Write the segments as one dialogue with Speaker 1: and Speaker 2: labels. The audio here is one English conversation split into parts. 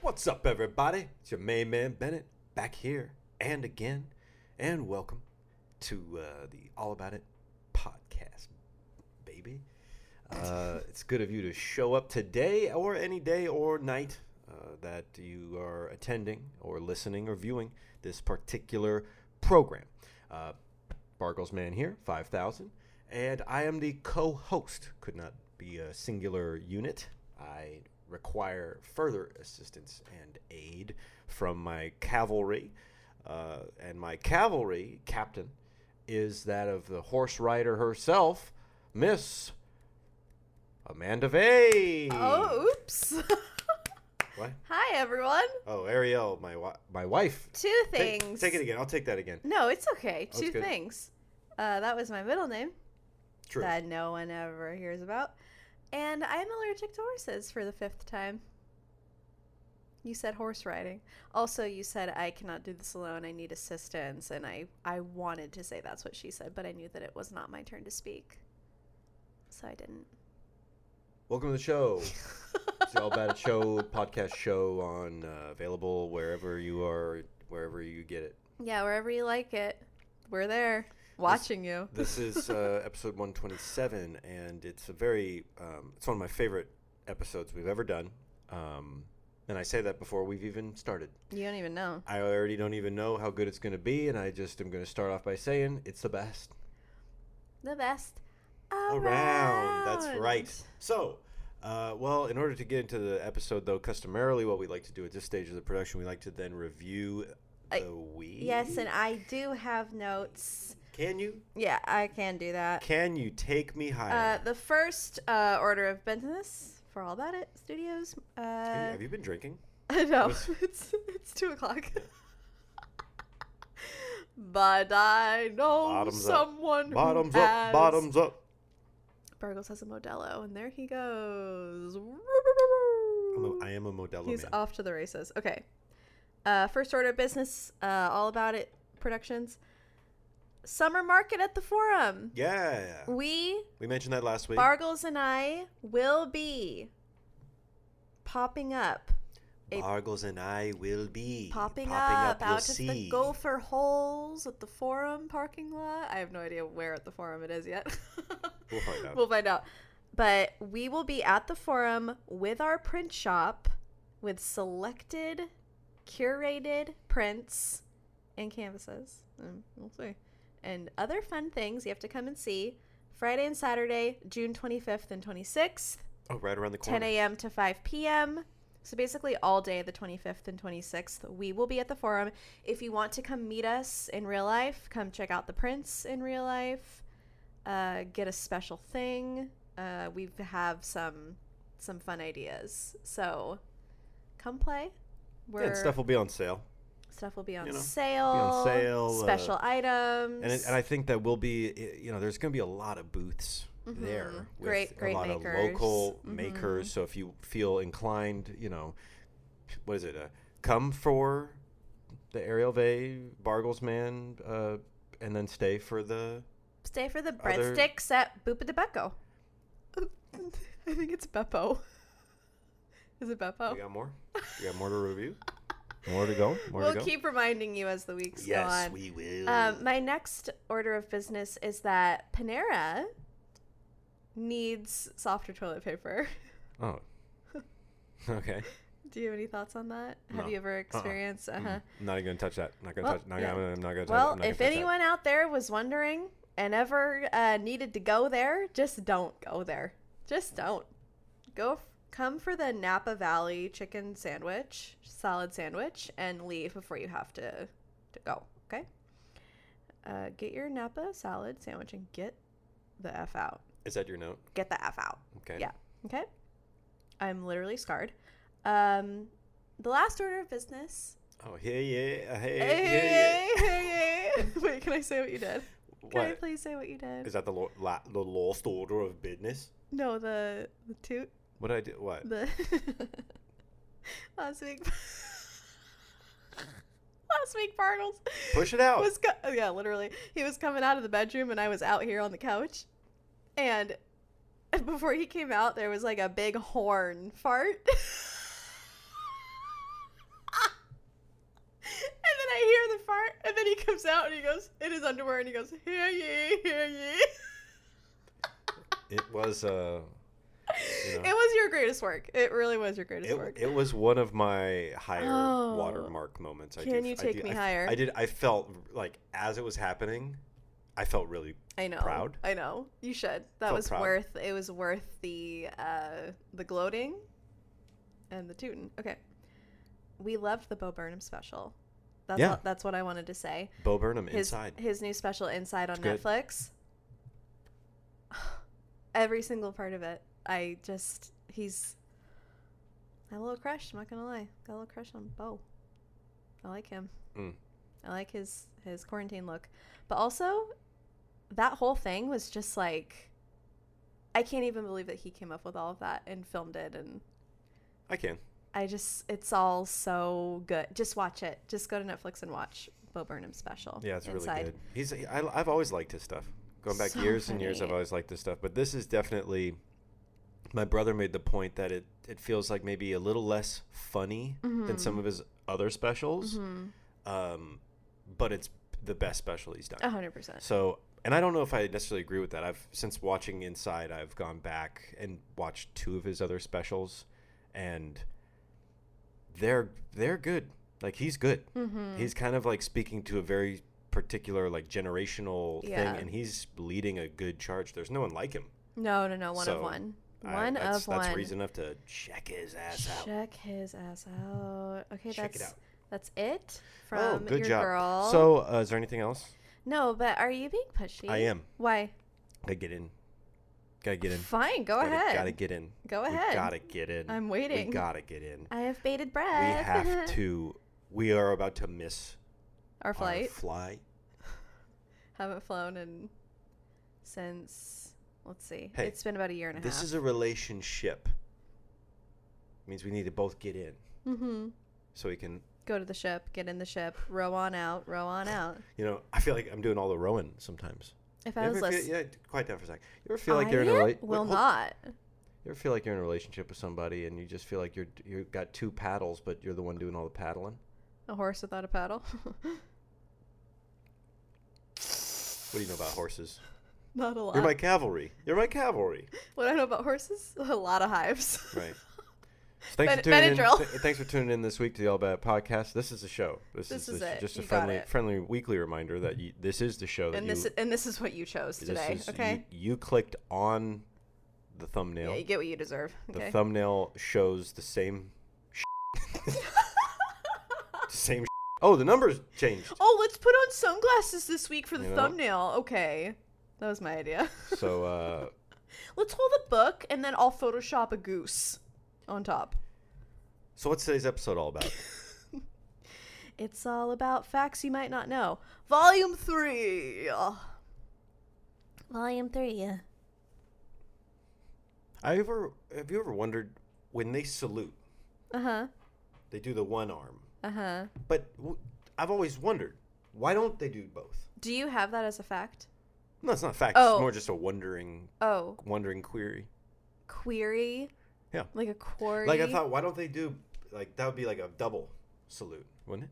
Speaker 1: What's up, everybody? It's your main man Bennett back here and again, and welcome to uh, the All About It podcast, baby. Uh, it's good of you to show up today or any day or night uh, that you are attending or listening or viewing this particular program. Uh, Bargles Man here, 5000, and I am the co host. Could not be a singular unit. I require further assistance and aid from my cavalry. Uh, and my cavalry captain is that of the horse rider herself, Miss Amanda Vay.
Speaker 2: Oh, oops.
Speaker 1: What?
Speaker 2: Hi, everyone.
Speaker 1: Oh, Ariel, my wi- my wife.
Speaker 2: Two
Speaker 1: Take-
Speaker 2: things.
Speaker 1: Take, it again. I'll take that again.
Speaker 2: No, it's okay.
Speaker 1: Oh,
Speaker 2: Two
Speaker 1: it's good.
Speaker 2: things. Uh, that was my middle name
Speaker 1: True.
Speaker 2: that no one ever hears about. And I'm allergic to horses for the fifth time. You said horse riding. Also, you said I cannot do this alone. I need assistance. And I, I wanted to say that's what she said, but I knew that it was not my turn to speak. So I didn't.
Speaker 1: Welcome to the show. It's the All About It Show podcast show on uh, available wherever you are, wherever you get it.
Speaker 2: Yeah, wherever you like it, we're there watching you.
Speaker 1: This is uh, episode 127, and it's a very, um, it's one of my favorite episodes we've ever done. Um, and I say that before we've even started.
Speaker 2: You don't even know.
Speaker 1: I already don't even know how good it's going to be, and I just am going to start off by saying it's the best.
Speaker 2: the best
Speaker 1: around.
Speaker 2: around.
Speaker 1: That's right. So, uh, well, in order to get into the episode, though, customarily, what we like to do at this stage of the production, we like to then review
Speaker 2: I-
Speaker 1: the week.
Speaker 2: Yes, and I do have notes.
Speaker 1: can you
Speaker 2: Yeah, I can do that.
Speaker 1: can you take me
Speaker 2: Uh,
Speaker 1: higher?
Speaker 2: the first uh, order of business for All About It Studios.
Speaker 1: Hey,
Speaker 2: Uh,
Speaker 1: Have you been drinking?
Speaker 2: no,
Speaker 1: was-
Speaker 2: it's it's two o'clock. but I know
Speaker 1: Bottoms up.
Speaker 2: someone. who
Speaker 1: Bottoms
Speaker 2: has-
Speaker 1: up, bottoms up.
Speaker 2: Burgles has a Modelo, and there he goes.
Speaker 1: I'm a, I am a Modelo
Speaker 2: He's
Speaker 1: man.
Speaker 2: off to the races. Okay. Uh, first order of business, uh, all about it productions. Summer market at the forum.
Speaker 1: Yeah,
Speaker 2: We,
Speaker 1: we mentioned that last week.
Speaker 2: Bargles and I, will be popping up. a-
Speaker 1: Bargles and I will be
Speaker 2: Popping, up,
Speaker 1: you'll
Speaker 2: out of
Speaker 1: see.
Speaker 2: the gopher holes at the forum parking lot. I have no idea where at the forum it is yet.
Speaker 1: We'll find out.
Speaker 2: We'll find out. But we will be at the forum with our print shop with selected, curated prints and canvases. And we'll see. And other fun things you have to come and see Friday and Saturday, June 25th and 26th,
Speaker 1: Oh, right around the corner.
Speaker 2: 10 a.m. to 5 p.m. So basically, all day the 25th and 26th, we will be at the forum. If you want to come meet us in real life, come check out the prints in real life. Uh, get a special thing. Uh, we have some some fun ideas. So come play. We're,
Speaker 1: Yeah, and stuff will be on sale.
Speaker 2: stuff will be on
Speaker 1: you know, be on
Speaker 2: sale.
Speaker 1: sale, uh,
Speaker 2: Special items.
Speaker 1: And, it, and I think that will be, i- you know, there's going to be a lot of booths there
Speaker 2: Mhm.
Speaker 1: with
Speaker 2: Great-
Speaker 1: a
Speaker 2: great
Speaker 1: lot
Speaker 2: makers.
Speaker 1: of local
Speaker 2: Mhm.
Speaker 1: makers. So if you feel inclined, you know, what is it? Uh, come for the Ariel Vey Bargles Man, uh, and then stay for the.
Speaker 2: Stay for the
Speaker 1: Other-
Speaker 2: breadsticks at Boopa de Beppo. I think it's Beppo. Is it Beppo?
Speaker 1: We got more. We got more to review. More to go. More
Speaker 2: we'll
Speaker 1: to go.
Speaker 2: keep reminding you as the weeks go
Speaker 1: yes,
Speaker 2: on.
Speaker 1: we will.
Speaker 2: um, my next order of business is that Panera needs softer toilet paper.
Speaker 1: oh. Okay.
Speaker 2: Do you have any thoughts on that? Have
Speaker 1: No. Uh-uh.
Speaker 2: you ever experienced? Uh huh.
Speaker 1: I'm not even gonna touch that. Not gonna
Speaker 2: Well,
Speaker 1: touch. Not gonna,
Speaker 2: yeah.
Speaker 1: I'm not gonna touch. I'm
Speaker 2: Well,
Speaker 1: not gonna
Speaker 2: if
Speaker 1: touch that.
Speaker 2: anyone out there was wondering and ever uh, needed to go there, just don't go there. Just don't. Go f- come for the Napa Valley chicken sandwich, salad sandwich, and leave before you have to to go. Okay. Uh, get your Napa salad sandwich and get the f out.
Speaker 1: is that your note?
Speaker 2: Get the f out.
Speaker 1: Okay.
Speaker 2: Yeah. Okay. I'm literally scarred. Um, the last order of business.
Speaker 1: Oh, hey, yeah, hey,
Speaker 2: Hey,
Speaker 1: yeah, yeah.
Speaker 2: hey, hey, hey. Wait, can I say what you did? Can I
Speaker 1: What?
Speaker 2: please say what you did?
Speaker 1: Is that the lo- la- the lost order of business?
Speaker 2: no, the the toot
Speaker 1: What did I do? What?
Speaker 2: the last week. last week, Bartles
Speaker 1: Push it out.
Speaker 2: was co- oh, yeah, literally he was coming out of the bedroom and I was out here on the couch, and before he came out, there was like a big horn fart. I hear the fart, and then he comes out and he goes in his underwear and he goes, "Hear ye, hear ye."
Speaker 1: It was uh, you know,
Speaker 2: It was your greatest work. It really was your greatest
Speaker 1: it,
Speaker 2: work.
Speaker 1: it was one of my higher
Speaker 2: Oh.
Speaker 1: watermark moments. I
Speaker 2: Can
Speaker 1: do,
Speaker 2: you
Speaker 1: I
Speaker 2: take
Speaker 1: do-
Speaker 2: me
Speaker 1: I-
Speaker 2: higher?
Speaker 1: I did. I felt like as it was happening, I felt really
Speaker 2: I know.
Speaker 1: proud.
Speaker 2: I know. You should. That
Speaker 1: Felt
Speaker 2: was
Speaker 1: proud.
Speaker 2: worth. It was worth the uh, the gloating, and the tootin. Okay. We loved the Bo Burnham special. That's
Speaker 1: Yeah.
Speaker 2: what, that's what I wanted to say.
Speaker 1: Bo Burnham
Speaker 2: His
Speaker 1: inside.
Speaker 2: his new special Inside on
Speaker 1: good.
Speaker 2: Netflix. Every single part of it. I just he's I had a little crush, I'm not gonna lie. Got a little crush on Bo. I like him.
Speaker 1: Mm.
Speaker 2: I like his his quarantine look. But also that whole thing was just like I can't even believe that he came up with all of that and filmed it and
Speaker 1: I can.
Speaker 2: I just it's all so good. Just watch it. Just go to Netflix and watch Bo Burnham special.
Speaker 1: Yeah, it's really
Speaker 2: Inside.
Speaker 1: good. He's I, I've always liked his stuff. Going back
Speaker 2: So
Speaker 1: years and years, I've
Speaker 2: funny.
Speaker 1: always liked this stuff. But this is definitely. My brother made the point that it it feels like maybe a little less funny than
Speaker 2: Mm-hmm.
Speaker 1: some of his other specials,
Speaker 2: Hmm.
Speaker 1: um, but it's the best special he's done.
Speaker 2: A hundred percent.
Speaker 1: So, and I don't know if I necessarily agree with that. I've since watching Inside, I've gone back and watched two of his other specials, and they're they're good. Like he's good.
Speaker 2: Mm-hmm.
Speaker 1: He's kind of like speaking to a very particular like generational
Speaker 2: Yeah.
Speaker 1: thing, and he's leading a good charge. There's no one like him.
Speaker 2: No, no, no. One
Speaker 1: So,
Speaker 2: of one.
Speaker 1: I-
Speaker 2: One
Speaker 1: that's,
Speaker 2: of one.
Speaker 1: That's reason enough to check his ass out.
Speaker 2: Check his ass out. Okay,
Speaker 1: Check it
Speaker 2: that's
Speaker 1: out.
Speaker 2: that's it from
Speaker 1: oh, good
Speaker 2: your
Speaker 1: job.
Speaker 2: girl.
Speaker 1: So, uh, is there anything else?
Speaker 2: no, but are you being pushy?
Speaker 1: I am.
Speaker 2: Why?
Speaker 1: Gotta get in. Gotta get in.
Speaker 2: Fine, go
Speaker 1: gotta,
Speaker 2: ahead.
Speaker 1: Gotta get in.
Speaker 2: Go
Speaker 1: We
Speaker 2: ahead.
Speaker 1: gotta get in.
Speaker 2: I'm waiting.
Speaker 1: We gotta get in.
Speaker 2: I have bated
Speaker 1: We
Speaker 2: breath.
Speaker 1: have to. We are about to miss
Speaker 2: Our flight.
Speaker 1: Our flight.
Speaker 2: Haven't flown in since. Let's see.
Speaker 1: Hey,
Speaker 2: it's been about a year and a
Speaker 1: This
Speaker 2: half.
Speaker 1: is a relationship. means we need to both get in
Speaker 2: mm-hmm.
Speaker 1: so we can.
Speaker 2: Go to the ship. Get in the ship. Row on out. Row on out.
Speaker 1: You know, I feel like I'm doing all the rowing sometimes.
Speaker 2: If
Speaker 1: You
Speaker 2: I was
Speaker 1: ever feel-
Speaker 2: listening,
Speaker 1: yeah, quiet down for a sec. You ever feel like you're in a
Speaker 2: I
Speaker 1: relationship?
Speaker 2: will not.
Speaker 1: You ever feel like you're in a relationship with somebody and you just feel like you're you have got two paddles, but you're the one doing all the paddling?
Speaker 2: A horse without a paddle.
Speaker 1: What do you know about horses?
Speaker 2: not a lot.
Speaker 1: You're my cavalry. You're my cavalry.
Speaker 2: What I know about horses? A lot of hives.
Speaker 1: Right. So thanks
Speaker 2: Ben-
Speaker 1: for tuning in.
Speaker 2: Benadryl.
Speaker 1: Th- thanks for tuning in this week to the All About It podcast. This is the show. This,
Speaker 2: This
Speaker 1: is,
Speaker 2: is
Speaker 1: the-
Speaker 2: it.
Speaker 1: just a
Speaker 2: You got
Speaker 1: friendly
Speaker 2: it.
Speaker 1: friendly weekly reminder that you, this is the show that
Speaker 2: and
Speaker 1: you
Speaker 2: this and this is what you chose
Speaker 1: this
Speaker 2: today.
Speaker 1: is- you-
Speaker 2: okay.
Speaker 1: You, clicked on the thumbnail.
Speaker 2: yeah, you get what you deserve.
Speaker 1: the
Speaker 2: Okay.
Speaker 1: thumbnail shows the same same. oh, the numbers changed.
Speaker 2: oh, let's put on sunglasses this week for the
Speaker 1: You know?
Speaker 2: thumbnail. Okay. That was my idea.
Speaker 1: So uh,
Speaker 2: let's hold a book and then I'll Photoshop a goose on top.
Speaker 1: so what's today's episode all about?
Speaker 2: It's all about facts you might not know. Volume three. Volume three.
Speaker 1: I ever have you ever wondered when they salute,
Speaker 2: Uh huh.
Speaker 1: they do the one arm,
Speaker 2: Uh huh.
Speaker 1: but w- I've always wondered why don't they do both?
Speaker 2: Do you have that as a fact?
Speaker 1: No, it's not a fact.
Speaker 2: Oh.
Speaker 1: It's more just a wondering,
Speaker 2: Oh,
Speaker 1: wondering query.
Speaker 2: query.
Speaker 1: Yeah.
Speaker 2: Like a quarry.
Speaker 1: Like I thought, why don't they do like that? Would be like a double salute, wouldn't it?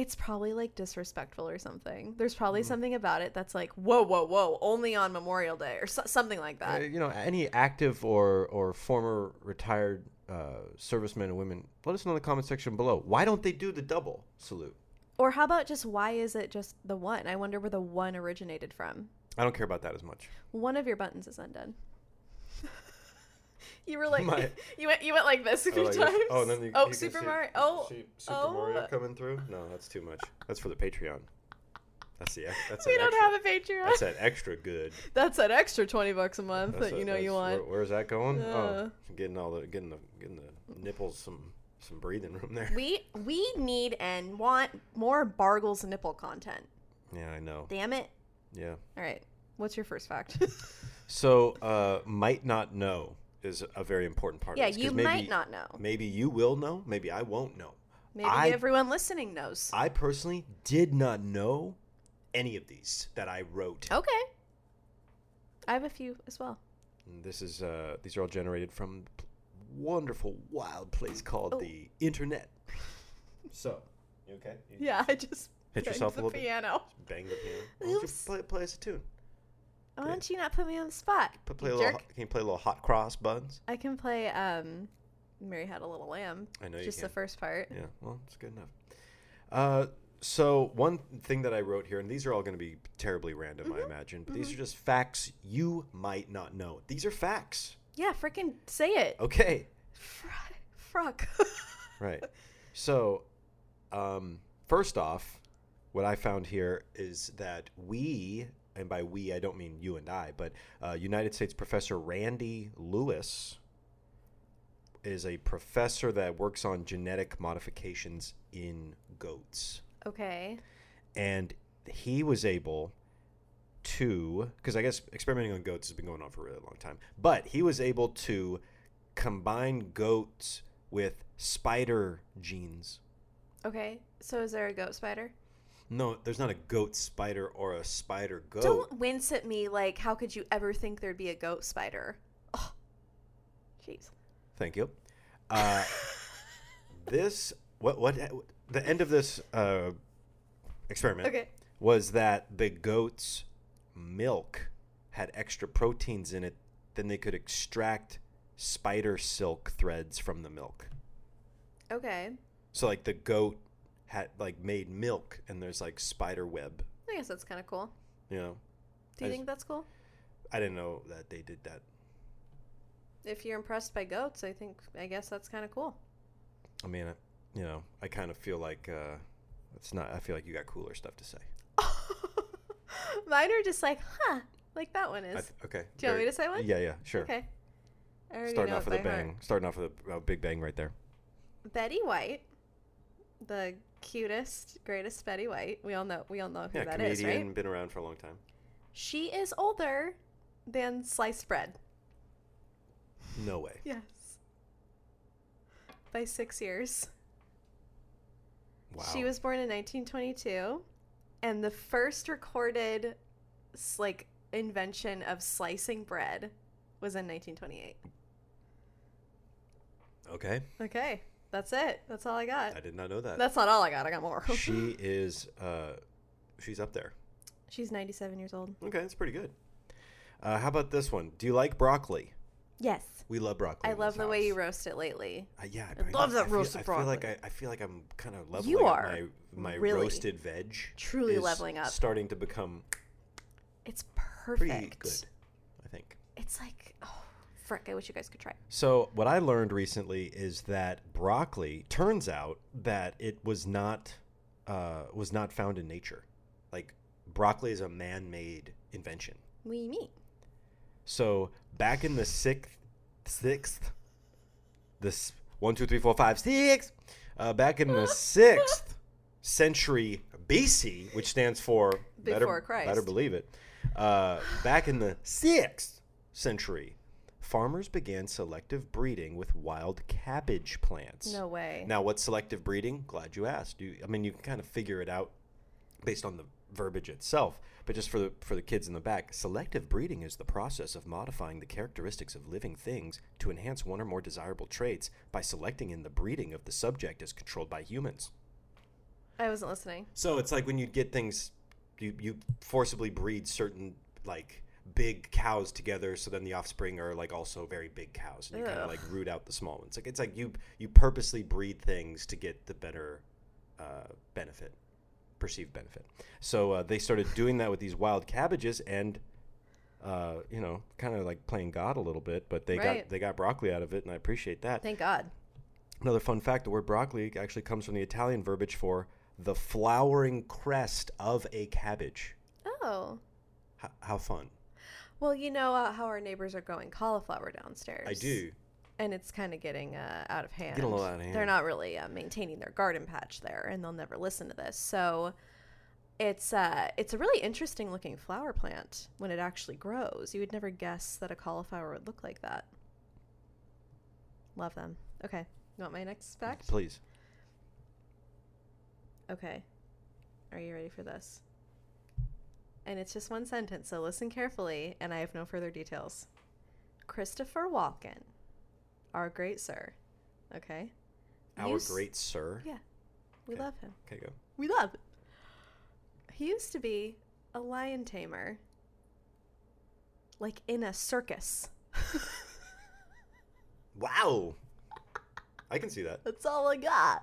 Speaker 2: It's probably like disrespectful or something. There's probably
Speaker 1: Mm-hmm.
Speaker 2: something about it that's like, whoa, whoa, whoa, only on Memorial Day or so- something like that.
Speaker 1: Uh, you know, any active or or former retired uh, servicemen and women, let us know in the comment section below. Why don't they do the double salute?
Speaker 2: Or how about just why is it just the one? I wonder where the one originated from.
Speaker 1: I don't care about that as much.
Speaker 2: One of your buttons is undone. you were like,
Speaker 1: My- Oh,
Speaker 2: you went, you went like this a few times. Oh, Super Mario. Oh,
Speaker 1: Super
Speaker 2: oh.
Speaker 1: Mario coming through. No, that's too much. That's for the Patreon. That's the. ex- That's
Speaker 2: we
Speaker 1: an
Speaker 2: don't
Speaker 1: extra,
Speaker 2: have a Patreon.
Speaker 1: That's that extra good.
Speaker 2: That's an extra twenty bucks a month
Speaker 1: That's
Speaker 2: that
Speaker 1: a-
Speaker 2: you know you
Speaker 1: that's-
Speaker 2: want.
Speaker 1: where- where's that going?
Speaker 2: Uh.
Speaker 1: oh, getting all the getting the getting the nipples some some breathing room there.
Speaker 2: We we need and want more Bargles nipple content.
Speaker 1: Yeah, I know.
Speaker 2: Damn it!
Speaker 1: Yeah.
Speaker 2: All right, what's your first fact?
Speaker 1: So, uh, might not know is a very important part.
Speaker 2: yeah,
Speaker 1: of this, 'cause
Speaker 2: you
Speaker 1: maybe,
Speaker 2: might not know.
Speaker 1: Maybe you will know. Maybe I won't know.
Speaker 2: Maybe
Speaker 1: I-
Speaker 2: everyone listening knows.
Speaker 1: I personally did not know any of these that I wrote.
Speaker 2: okay. I have a few as well.
Speaker 1: And This is uh, these are all generated from a wonderful wild place called
Speaker 2: Oh.
Speaker 1: the internet. So, You okay? You
Speaker 2: Yeah, I just
Speaker 1: Hit
Speaker 2: banged
Speaker 1: yourself a
Speaker 2: the
Speaker 1: little bit.
Speaker 2: piano.
Speaker 1: Bang the piano. Why don't you
Speaker 2: Oops.
Speaker 1: play, play us a tune?
Speaker 2: Why don't you not put me on the spot?
Speaker 1: Play, play a
Speaker 2: you
Speaker 1: little,
Speaker 2: jerk.
Speaker 1: hot- can you play a little hot cross buns?
Speaker 2: I can play um Mary Had a Little Lamb.
Speaker 1: I know you
Speaker 2: just
Speaker 1: can.
Speaker 2: the first part.
Speaker 1: Yeah, well, it's good enough. Uh, so one thing that I wrote here, and these are all going to be terribly random,
Speaker 2: Mm-hmm.
Speaker 1: I imagine, but these are just facts you might not know. These are facts.
Speaker 2: Yeah, freaking say it.
Speaker 1: Okay,
Speaker 2: Fr- Fruck.
Speaker 1: right. So, um, first off, what I found here is that we, and by we I don't mean you and I, but uh, United States Professor Randy Lewis is a professor that works on genetic modifications in goats.
Speaker 2: okay.
Speaker 1: and he was able to because i guess experimenting on goats has been going on for a really long time but he was able to combine goats with spider genes
Speaker 2: Okay. So is there a goat spider?
Speaker 1: no there's not a goat spider or a spider goat
Speaker 2: Don't wince at me like how could you ever think there'd be a goat spider? Oh. Jeez.
Speaker 1: thank you uh, this what what the end of this uh, experiment
Speaker 2: Okay.
Speaker 1: was that the goat's milk had extra proteins in it then they could extract spider silk threads from the milk
Speaker 2: Okay.
Speaker 1: so like the goat had like made milk and there's like spider web
Speaker 2: I guess that's kind of cool.
Speaker 1: you know
Speaker 2: Do you
Speaker 1: I
Speaker 2: think that's cool?
Speaker 1: i didn't know that they did that
Speaker 2: If you're impressed by goats, I think I guess that's kind of cool.
Speaker 1: i mean I, you know i kind of feel like uh it's not i feel like you got cooler stuff to say
Speaker 2: Mine are just like, huh, like that one
Speaker 1: I
Speaker 2: is.
Speaker 1: th- okay
Speaker 2: Do you want me
Speaker 1: very-
Speaker 2: to say one?
Speaker 1: yeah yeah sure
Speaker 2: Okay. I already
Speaker 1: starting
Speaker 2: know
Speaker 1: off
Speaker 2: it
Speaker 1: with a
Speaker 2: by heart.
Speaker 1: bang starting off with a, a big bang right there
Speaker 2: Betty White, the cutest, greatest Betty White. We all know we all know who
Speaker 1: yeah
Speaker 2: that
Speaker 1: comedian
Speaker 2: is, right?
Speaker 1: been around for a long time
Speaker 2: She is older than sliced bread.
Speaker 1: no way
Speaker 2: Yes. By six years.
Speaker 1: wow
Speaker 2: She was born in 1922, and the first recorded, s- like, invention of slicing bread was in 1928.
Speaker 1: okay
Speaker 2: Okay, that's it. That's all I got.
Speaker 1: i did not know that
Speaker 2: That's not all I got. I got more.
Speaker 1: she is uh she's up there
Speaker 2: She's 97 years old.
Speaker 1: okay that's pretty good uh, how about this one do you like broccoli
Speaker 2: Yes.
Speaker 1: we love broccoli
Speaker 2: I
Speaker 1: in
Speaker 2: love
Speaker 1: this
Speaker 2: the way you
Speaker 1: house.
Speaker 2: roast it lately.
Speaker 1: Uh, yeah
Speaker 2: I love that
Speaker 1: I feel,
Speaker 2: roasted
Speaker 1: I feel like I, I feel like i'm kind of leveling
Speaker 2: You
Speaker 1: up
Speaker 2: are,
Speaker 1: my, my
Speaker 2: really.
Speaker 1: roasted veg
Speaker 2: Truly
Speaker 1: is
Speaker 2: leveling up.
Speaker 1: starting to become
Speaker 2: It's
Speaker 1: pretty
Speaker 2: perfect.
Speaker 1: good i think
Speaker 2: It's like, oh, frick, I wish you guys could try. it.
Speaker 1: so what i learned recently is that broccoli turns out that it was not uh, was not found in nature like broccoli is a man-made invention
Speaker 2: We meet.
Speaker 1: So back in the sixth, sixth, this one, two, three, four, five, six. Uh, back in the sixth century BC, which stands for
Speaker 2: Before
Speaker 1: better,
Speaker 2: Christ.
Speaker 1: better believe it. Uh, back in the sixth century, farmers began selective breeding with wild cabbage plants.
Speaker 2: No way.
Speaker 1: Now, what's selective breeding? Glad you asked. You, I mean, you can kind of figure it out based on the verbiage itself, but just for the for the kids in the back, selective breeding is the process of modifying the characteristics of living things to enhance one or more desirable traits by selecting in the breeding of the subject as controlled by humans.
Speaker 2: I wasn't listening.
Speaker 1: So it's like when you get things, you you forcibly breed certain like big cows together so then the offspring are like also very big cows and you kind of
Speaker 2: Ugh.
Speaker 1: like root out the small ones like it's like you you purposely breed things to get the better uh, benefit perceived benefit so uh, they started doing that with these wild cabbages and uh, you know kind of like playing god a little bit but they
Speaker 2: Right.
Speaker 1: got they got broccoli out of it and i appreciate that
Speaker 2: Thank God.
Speaker 1: Another fun fact the word broccoli actually comes from the Italian verbiage for the flowering crest of a cabbage.
Speaker 2: Oh.
Speaker 1: H- how fun.
Speaker 2: Well, you know uh, how our neighbors are growing cauliflower downstairs.
Speaker 1: I do.
Speaker 2: And it's kind of getting uh, out of hand.
Speaker 1: Getting a little out of
Speaker 2: They're
Speaker 1: hand.
Speaker 2: not really uh, maintaining their garden patch there, and they'll never listen to this. So it's uh, it's a really interesting looking flower plant when it actually grows. You would never guess that a cauliflower would look like that. Love them. Okay. You want my next fact?
Speaker 1: Please.
Speaker 2: Okay. Are you ready for this? And it's just one sentence, so listen carefully, and I have no further details. Christopher Walken, our great sir, okay?
Speaker 1: Our
Speaker 2: used-
Speaker 1: great sir.
Speaker 2: Yeah. We
Speaker 1: Okay.
Speaker 2: love him.
Speaker 1: Okay, go.
Speaker 2: We love. him. He used to be a lion tamer, like in a circus.
Speaker 1: Wow. I can see that.
Speaker 2: That's all I got.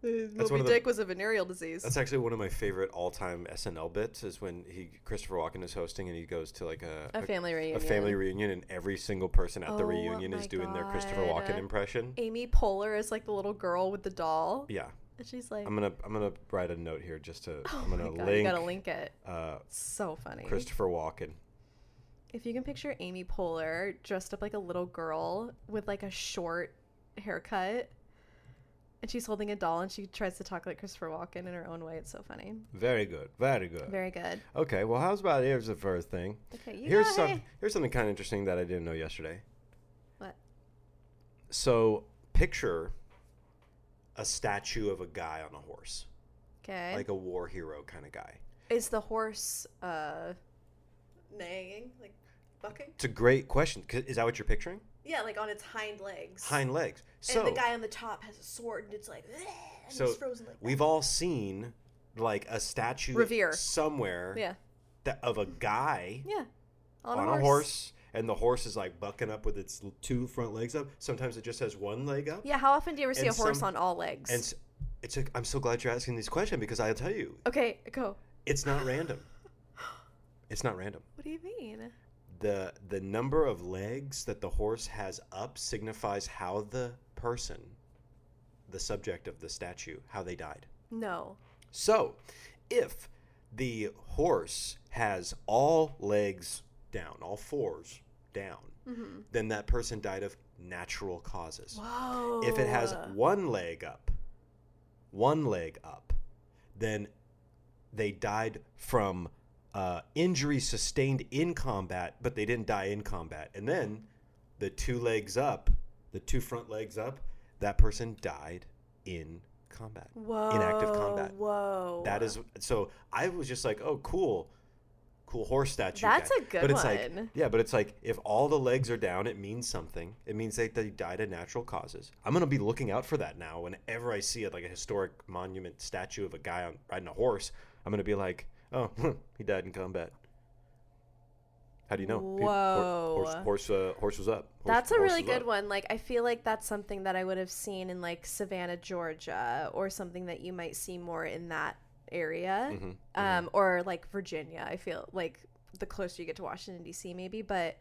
Speaker 1: one
Speaker 2: Moby
Speaker 1: of the-
Speaker 2: Dick was a venereal disease.
Speaker 1: That's actually one of my favorite all-time SNL bits is when he Christopher Walken is hosting and he goes to like a
Speaker 2: a family reunion.
Speaker 1: a family reunion and every single person at the
Speaker 2: Oh
Speaker 1: reunion is
Speaker 2: my
Speaker 1: doing their Christopher
Speaker 2: God.
Speaker 1: Walken impression.
Speaker 2: Amy Poehler is like the little girl with the doll,
Speaker 1: Yeah,
Speaker 2: and she's like,
Speaker 1: I'm gonna I'm gonna write a note here just to
Speaker 2: "Oh
Speaker 1: I'm
Speaker 2: my
Speaker 1: gonna
Speaker 2: god, you
Speaker 1: link,
Speaker 2: gotta link it."
Speaker 1: uh
Speaker 2: So funny.
Speaker 1: Christopher Walken.
Speaker 2: If you can picture Amy Poehler dressed up like a little girl with like a short haircut, and she's holding a doll and she tries to talk like Christopher Walken in her own way, it's so funny.
Speaker 1: Very good, very good.
Speaker 2: Very good.
Speaker 1: okay, well, how's about here's the first thing.
Speaker 2: Okay, you
Speaker 1: here's
Speaker 2: got
Speaker 1: some
Speaker 2: it.
Speaker 1: here's something kind of interesting that I didn't know yesterday.
Speaker 2: What?
Speaker 1: So picture a statue of a guy on a horse,
Speaker 2: Okay.
Speaker 1: like a war hero kind of guy.
Speaker 2: Is the horse uh neighing, like bucking?
Speaker 1: It's a great question. 'cause- Is that what you're picturing?
Speaker 2: Yeah, like on its hind legs.
Speaker 1: Hind legs. So
Speaker 2: and the guy on the top has a sword and it's like "Bleh," and
Speaker 1: So,
Speaker 2: it's frozen like that.
Speaker 1: we've all seen like a statue
Speaker 2: Revere.
Speaker 1: somewhere
Speaker 2: Yeah.
Speaker 1: that, of a guy
Speaker 2: Yeah.
Speaker 1: on, a, horse. and the horse is like bucking up with its l- two front legs up. Sometimes it just has one leg up.
Speaker 2: Yeah, how often do you ever see
Speaker 1: And
Speaker 2: a horse
Speaker 1: some-
Speaker 2: on all legs?
Speaker 1: And s- it's a, I'm so glad you're asking this question because I'll tell you,
Speaker 2: okay, go.
Speaker 1: it's not random. It's not random.
Speaker 2: What do you mean?
Speaker 1: The the number of legs that the horse has up signifies how the person, the subject of the statue, how they died.
Speaker 2: No.
Speaker 1: So, if the horse has all legs down, all fours down,
Speaker 2: Mm-hmm.
Speaker 1: then that person died of natural causes.
Speaker 2: Whoa.
Speaker 1: If it has
Speaker 2: Oh.
Speaker 1: one leg up, one leg up, then they died from uh, injury sustained in combat, but they didn't die in combat. And then the two legs up, the two front legs up, that person died in combat.
Speaker 2: Whoa.
Speaker 1: active combat.
Speaker 2: Whoa.
Speaker 1: That is so. I was just like, oh, cool, cool horse statue.
Speaker 2: That's
Speaker 1: guy.
Speaker 2: a good
Speaker 1: but it's Like,
Speaker 2: one.
Speaker 1: yeah, but it's like if all the legs are down, it means something. It means that they died of natural causes. I'm gonna be looking out for that now. Whenever I see it, like a historic monument statue of a guy on riding a horse, I'm gonna be like, oh, he died in combat. How do you know? He- hor-
Speaker 2: Whoa.
Speaker 1: horse, horse, uh, horse was up. Horse-
Speaker 2: That's a
Speaker 1: horse
Speaker 2: really
Speaker 1: was
Speaker 2: good
Speaker 1: up.
Speaker 2: one. Like I feel like that's something that I would have seen in like Savannah, Georgia, or something that you might see more in that area,
Speaker 1: Mhm,
Speaker 2: um, or like Virginia. I feel like the closer you get to Washington D.C., maybe. But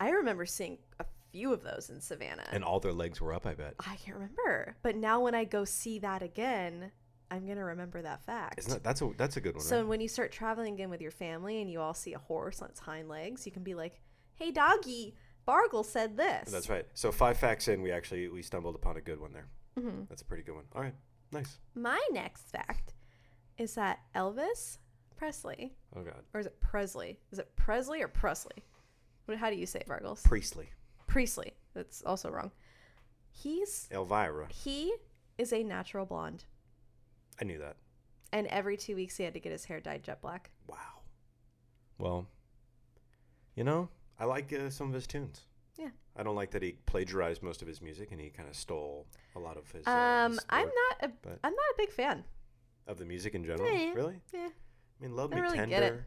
Speaker 2: I remember seeing a few of those in Savannah.
Speaker 1: And all their legs were up. I bet.
Speaker 2: I can't remember, but now when I go see that again, I'm gonna remember that fact.
Speaker 1: Isn't that, that's a that's a good one.
Speaker 2: So
Speaker 1: right?
Speaker 2: when you start traveling again with your family and you all see a horse on its hind legs, you can be like, "Hey, doggy, Bargle said this."
Speaker 1: That's right. So five facts in, we actually we stumbled upon a good one there.
Speaker 2: Mhm.
Speaker 1: That's a pretty good one. All right, nice.
Speaker 2: My next fact is that Elvis Presley,
Speaker 1: Oh God,
Speaker 2: or is it Presley? Is it Presley or Presley? What, how do you say it, Vargles?
Speaker 1: Priestley,
Speaker 2: Priestley. That's also wrong. He's
Speaker 1: Elvira.
Speaker 2: he is a natural blonde,
Speaker 1: I knew that.
Speaker 2: and every two weeks he had to get his hair dyed jet black.
Speaker 1: Wow. Well, you know, I like uh, some of his tunes.
Speaker 2: Yeah.
Speaker 1: I don't like that he plagiarized most of his music and he kind of stole a lot of his. uh,
Speaker 2: Um,
Speaker 1: his
Speaker 2: I'm
Speaker 1: work
Speaker 2: not a
Speaker 1: but-
Speaker 2: I'm not a big fan.
Speaker 1: of the music in general.
Speaker 2: Eh,
Speaker 1: Really?
Speaker 2: Yeah,
Speaker 1: I mean, love
Speaker 2: I
Speaker 1: me
Speaker 2: really
Speaker 1: tender.
Speaker 2: get it.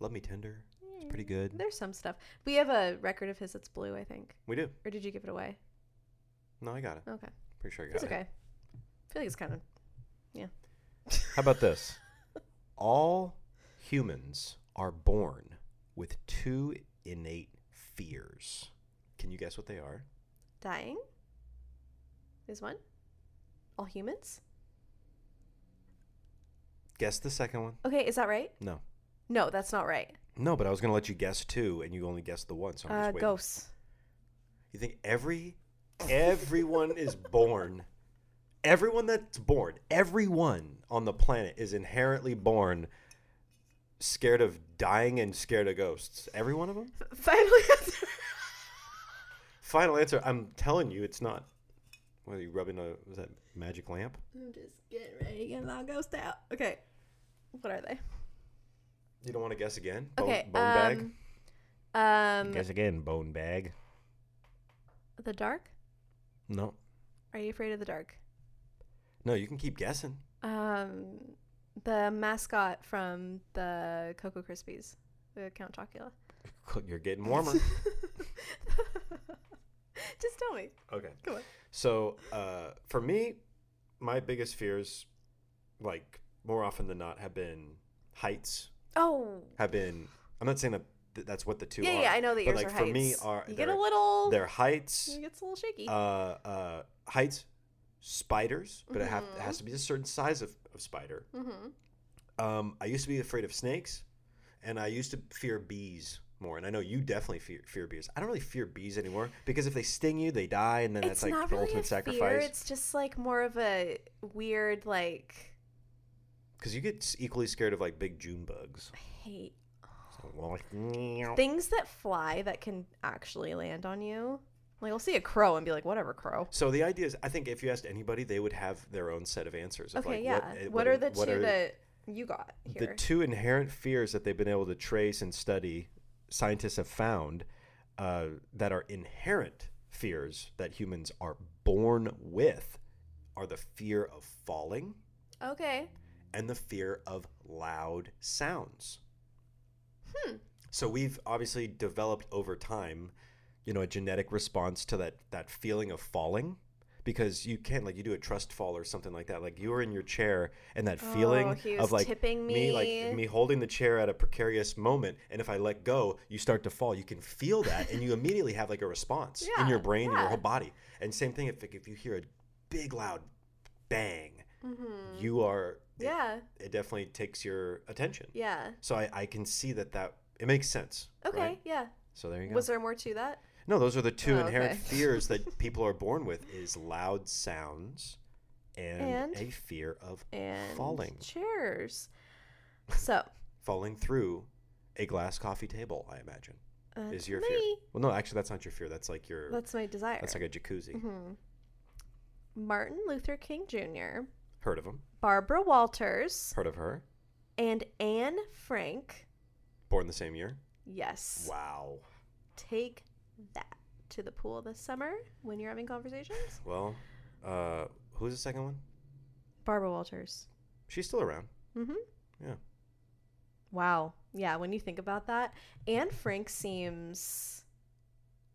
Speaker 1: Love me tender. It's pretty good.
Speaker 2: there's some stuff. We have a record of his that's blue, I think.
Speaker 1: We do.
Speaker 2: Or did you give it away?
Speaker 1: No, I got it.
Speaker 2: Okay,
Speaker 1: Pretty sure I got
Speaker 2: it's
Speaker 1: it.
Speaker 2: okay. I feel like it's kind of
Speaker 1: How about this? All humans are born with two innate fears. Can you guess what they are?
Speaker 2: dying is one all humans
Speaker 1: Guess the second one.
Speaker 2: okay is that right
Speaker 1: No.
Speaker 2: no that's not right
Speaker 1: No, but I was going to let you guess two, and you only guessed the one. So I'm just
Speaker 2: uh,
Speaker 1: waiting.
Speaker 2: ghosts
Speaker 1: You think every everyone is born, everyone that's born, everyone on the planet is inherently born scared of dying and scared of ghosts. Every one of them.
Speaker 2: finally
Speaker 1: Final answer. I'm telling you, it's not. What are you rubbing? A was that magic lamp?
Speaker 2: i'm just getting ready to get my ghost out okay what are they
Speaker 1: You don't want to guess again. Bone,
Speaker 2: okay
Speaker 1: bone bag.
Speaker 2: um, um
Speaker 1: again, bone bag.
Speaker 2: the dark
Speaker 1: No,
Speaker 2: are you afraid of the dark
Speaker 1: No, you can keep guessing.
Speaker 2: Um, the mascot from the Cocoa Krispies, the Count Chocula.
Speaker 1: You're getting warmer.
Speaker 2: Just tell me.
Speaker 1: okay.
Speaker 2: Come on.
Speaker 1: So uh, for me, my biggest fears, like more often than not, have been heights.
Speaker 2: Oh,
Speaker 1: Have been. I'm not saying that th- that's what the two
Speaker 2: yeah,
Speaker 1: are.
Speaker 2: yeah. I know that
Speaker 1: but,
Speaker 2: yours
Speaker 1: like,
Speaker 2: are
Speaker 1: for me,
Speaker 2: heights.
Speaker 1: are-
Speaker 2: you get a
Speaker 1: they're-
Speaker 2: little.
Speaker 1: They're heights.
Speaker 2: It gets a little shaky.
Speaker 1: Uh, uh, heights. Spiders, but it, have, it has to be a certain size of, of spider.
Speaker 2: mm-hmm.
Speaker 1: Um, I used to be afraid of snakes, and I used to fear bees more. And I know you definitely fear, fear bees. I don't really fear bees anymore because if they sting you, they die, and then that's
Speaker 2: It's
Speaker 1: like
Speaker 2: not
Speaker 1: the
Speaker 2: really a fear.
Speaker 1: ultimate sacrifice.
Speaker 2: It's just like more of a weird like
Speaker 1: Because you get s- equally scared of like big June bugs.
Speaker 2: I hate
Speaker 1: So, well, like, meow.
Speaker 2: things that fly that can actually land on you. Like I'll see a crow and be like, whatever, crow.
Speaker 1: So the idea is, I think if you asked anybody, they would have their own set of answers. Of
Speaker 2: Okay,
Speaker 1: like,
Speaker 2: yeah.
Speaker 1: eh,
Speaker 2: What, are the
Speaker 1: what
Speaker 2: two
Speaker 1: are
Speaker 2: that you got
Speaker 1: the
Speaker 2: here?
Speaker 1: two inherent fears that they've been able to trace and study? Scientists have found uh, that are inherent fears that humans are born with are the fear of falling
Speaker 2: okay.
Speaker 1: and the fear of loud sounds.
Speaker 2: Hmm.
Speaker 1: So we've obviously developed over time, you know, a genetic response to that that feeling of falling because you can't like you do a trust fall or something like that. Like you were in your chair and that
Speaker 2: Oh,
Speaker 1: feeling
Speaker 2: he was
Speaker 1: of like
Speaker 2: tipping
Speaker 1: me
Speaker 2: me.
Speaker 1: like me holding the chair at a precarious moment and if I let go, you start to fall. You can feel that and you immediately have like a response in
Speaker 2: Yeah,
Speaker 1: your brain and
Speaker 2: yeah.
Speaker 1: your whole body. And same thing if if you hear a big loud bang,
Speaker 2: Mm-hmm.
Speaker 1: you are it-
Speaker 2: Yeah.
Speaker 1: it definitely takes your attention.
Speaker 2: Yeah.
Speaker 1: So I, I can see that that it makes sense.
Speaker 2: Okay.
Speaker 1: right?
Speaker 2: Yeah.
Speaker 1: So there you go.
Speaker 2: Was there more to that?
Speaker 1: no, those are the two
Speaker 2: Oh,
Speaker 1: inherent
Speaker 2: okay.
Speaker 1: fears that people are born with is loud sounds and,
Speaker 2: And?
Speaker 1: a fear of
Speaker 2: And
Speaker 1: Falling.
Speaker 2: chairs. So
Speaker 1: falling through a glass coffee table, I imagine.
Speaker 2: that's
Speaker 1: is your
Speaker 2: me.
Speaker 1: fear. Well no, actually that's not your fear. That's like your
Speaker 2: That's my desire.
Speaker 1: that's like a jacuzzi.
Speaker 2: Mhm. Martin Luther King Jr.,
Speaker 1: Heard of him.
Speaker 2: Barbara Walters,
Speaker 1: Heard of her.
Speaker 2: and Anne Frank.
Speaker 1: Born the same year.
Speaker 2: Yes.
Speaker 1: Wow.
Speaker 2: Take that to the pool this summer when you're having conversations.
Speaker 1: Well, uh who's the second one?
Speaker 2: Barbara Walters.
Speaker 1: She's still around.
Speaker 2: Mm-hmm.
Speaker 1: Yeah.
Speaker 2: Wow. Yeah, when you think about that, Anne Frank seems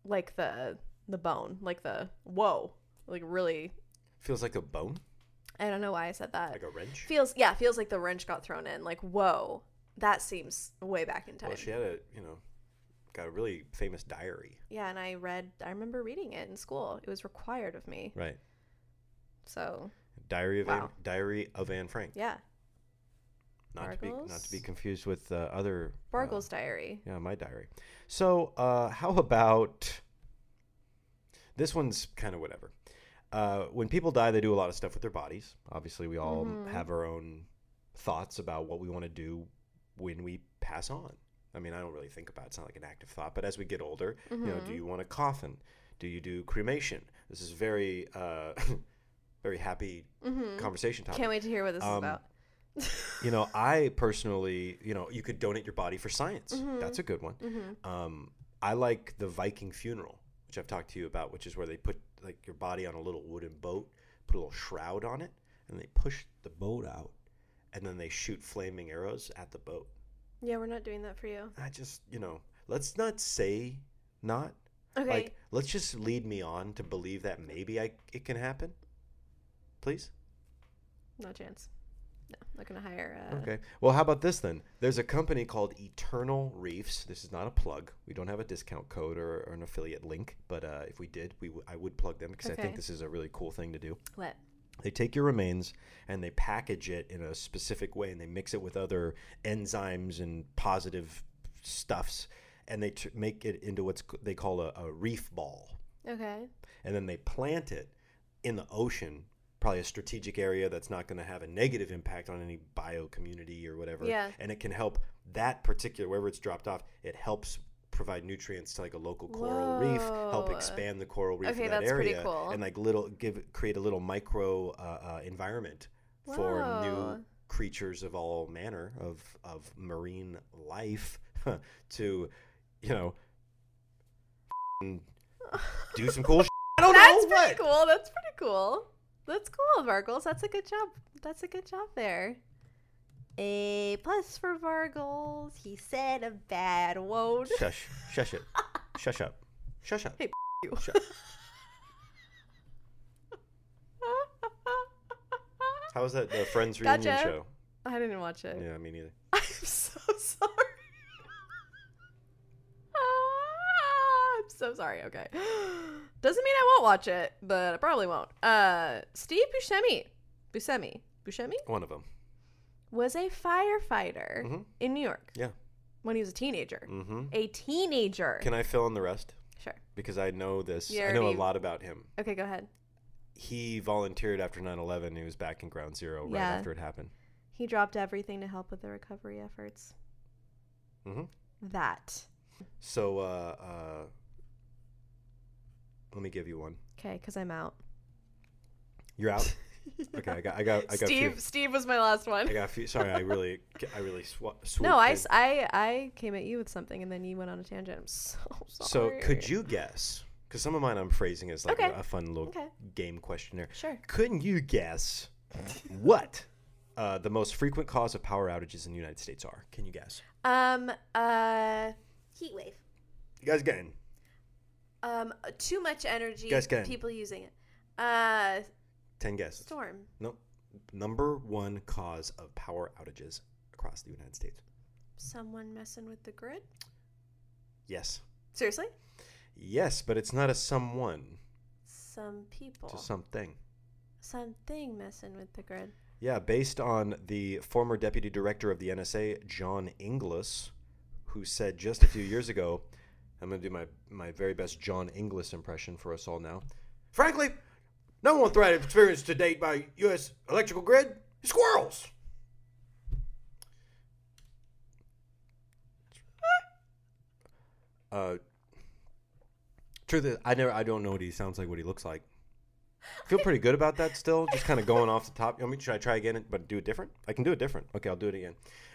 Speaker 2: like the the bone, like the whoa, like really.
Speaker 1: Feels like a bone,
Speaker 2: I don't know why I said that.
Speaker 1: like a wrench.
Speaker 2: Uh, feels yeah, feels like the wrench got thrown in. Like whoa, that seems way back in time.
Speaker 1: Well, she had a, you know, got a really famous diary.
Speaker 2: Yeah, and I read. I remember reading it in school. It was required of me.
Speaker 1: Right.
Speaker 2: So
Speaker 1: Diary of Anne,
Speaker 2: Wow.
Speaker 1: Diary of Anne Frank.
Speaker 2: yeah,
Speaker 1: Not to be not to be
Speaker 2: Bargles?
Speaker 1: confused with uh, other uh,
Speaker 2: Bargle's diary.
Speaker 1: yeah, my diary. So, uh, how about this one's kind of whatever. Uh, when people die, they do a lot of stuff with their bodies. Obviously, we all
Speaker 2: Mhm.
Speaker 1: have our own thoughts about what we want to do when we pass on. I mean, I don't really think about it. It's not like an active thought. But as we get older,
Speaker 2: Mm-hmm.
Speaker 1: you know, do you want a coffin? Do you do cremation? This is very, uh, very happy
Speaker 2: Mm-hmm.
Speaker 1: conversation topic.
Speaker 2: Can't wait to hear what this is
Speaker 1: Um,
Speaker 2: about.
Speaker 1: You know, I personally, you know, you could donate your body for science.
Speaker 2: Mhm.
Speaker 1: That's a good one.
Speaker 2: Mm-hmm.
Speaker 1: Um, I like the Viking funeral, which I've talked to you about, which is where they put like your body on a little wooden boat, put a little shroud on it, and they push the boat out, and then they shoot flaming arrows at the boat.
Speaker 2: Yeah, we're not doing that for you.
Speaker 1: I just, you know, let's not say not.
Speaker 2: Okay.
Speaker 1: Like, let's just lead me on to believe that maybe I it can happen. Please.
Speaker 2: no chance. No, not gonna hire. Uh,
Speaker 1: Okay. Well, how about this then? There's a company called Eternal Reefs. This is not a plug. We don't have a discount code or, or an affiliate link, but uh, if we did, we w- I would plug them because I think
Speaker 2: Okay.
Speaker 1: this is a really cool thing to do.
Speaker 2: What?
Speaker 1: They take your remains and they package it in a specific way and they mix it with other enzymes and positive stuffs and they tr make it into what's c- they call a, a reef ball
Speaker 2: Okay.
Speaker 1: and then they plant it in the ocean, probably a strategic area that's not going to have a negative impact on any bio community or whatever.
Speaker 2: Yeah.
Speaker 1: And it can help that particular wherever it's dropped off. It helps provide nutrients to like a local coral reef, help
Speaker 2: Whoa.
Speaker 1: expand the coral reef
Speaker 2: Okay,
Speaker 1: in that
Speaker 2: that's pretty
Speaker 1: area,
Speaker 2: cool.
Speaker 1: and like little give create a little micro uh, uh, environment for
Speaker 2: Wow.
Speaker 1: new creatures of all manner of of marine life to you know do some cool. Sh- I don't
Speaker 2: That's
Speaker 1: know what.
Speaker 2: pretty cool. That's pretty cool. That's cool, Vargles. That's a good job. That's a good job there. A plus for Vargles. He said a bad word.
Speaker 1: Shush. Shush it. Shush up. Shush up.
Speaker 2: Hey, you.
Speaker 1: Shush. How was that the Friends reunion
Speaker 2: Gotcha.
Speaker 1: show?
Speaker 2: I didn't watch it.
Speaker 1: Yeah, me neither.
Speaker 2: I'm so sorry. Ah, I'm so sorry. Okay. Doesn't mean I won't watch it, but I probably won't. Uh, Steve Buscemi, Buscemi, Buscemi
Speaker 1: One of them.
Speaker 2: was a firefighter
Speaker 1: Mhm.
Speaker 2: in New York.
Speaker 1: Yeah.
Speaker 2: When he was a teenager.
Speaker 1: Mm-hmm.
Speaker 2: A teenager.
Speaker 1: Can I fill in the rest?
Speaker 2: sure.
Speaker 1: Because I know this.
Speaker 2: You
Speaker 1: I know a
Speaker 2: already-
Speaker 1: lot about him.
Speaker 2: Okay, go ahead.
Speaker 1: He volunteered after 9/11. He was back in Ground Zero right
Speaker 2: Yeah.
Speaker 1: after it happened.
Speaker 2: He dropped everything to help with the recovery efforts.
Speaker 1: Mm-hmm.
Speaker 2: That.
Speaker 1: So, uh, uh, let me give you one.
Speaker 2: Okay, because I'm out.
Speaker 1: You're out. Okay, I got, I got, I got. A
Speaker 2: Steve.
Speaker 1: few.
Speaker 2: Steve was my last one.
Speaker 1: I got a few. Sorry, I really, I really sw- swooped.
Speaker 2: No, I,
Speaker 1: in.
Speaker 2: s- I- I came at you with something and then you went on a tangent. I'm so
Speaker 1: So,
Speaker 2: sorry.
Speaker 1: could you guess? Because some of mine I'm phrasing as like
Speaker 2: Okay.
Speaker 1: a, a fun little
Speaker 2: Okay.
Speaker 1: game questionnaire.
Speaker 2: Sure.
Speaker 1: Couldn't you guess what uh, the most frequent cause of power outages in the United States are? Can you guess?
Speaker 2: Um. Uh. Heat wave.
Speaker 1: You guys getting?
Speaker 2: Um. Too much energy.
Speaker 1: Guys, go ahead.
Speaker 2: People using it. Uh.
Speaker 1: Ten guesses.
Speaker 2: Storm.
Speaker 1: Nope. Number one cause of power outages across the United States.
Speaker 2: Someone messing with the grid.
Speaker 1: Yes.
Speaker 2: Seriously.
Speaker 1: Yes, but it's not a someone.
Speaker 2: Some people.
Speaker 1: It's a something.
Speaker 2: Something messing with the grid.
Speaker 1: Yeah, based on the former deputy director of the NSA, John Inglis, who said just a few years ago, I'm going to do my, my very best John Inglis impression for us all now. Frankly, no one threat experienced to date by U.S. electrical grid is squirrels. Uh, truth is, I never, I don't know what he sounds like, what he looks like. I feel pretty good about that still. Just kind of going off the top. You want me, should I try again, but do it different? I can do it different. Okay, I'll do it again.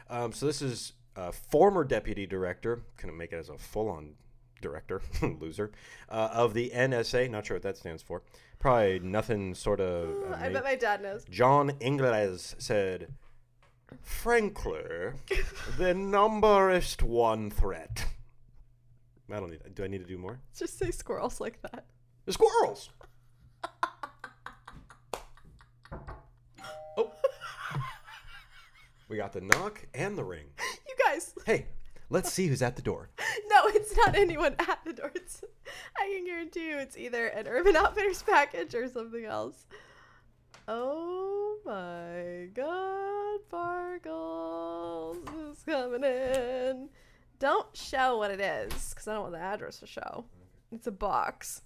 Speaker 1: Um, so this is uh, former deputy director. Can I make it as a full-on director? Loser. Uh, of the NSA. Not sure what that stands for. Probably nothing sort of.
Speaker 2: Oh, I
Speaker 1: ama-
Speaker 2: bet my dad knows.
Speaker 1: John Inglis said, frankly, the numberist one threat. I don't need. Do I need to do more?
Speaker 2: Just say squirrels like that.
Speaker 1: The squirrels. oh. We got the knock and the ring.
Speaker 2: You guys.
Speaker 1: Hey, let's see who's at the door.
Speaker 2: No, it's not anyone at the door. It's, I can guarantee you it's either an Urban Outfitters package or something else. Oh my god, Fargles is coming in. Don't show what it is because I don't want the address to show. It's a box.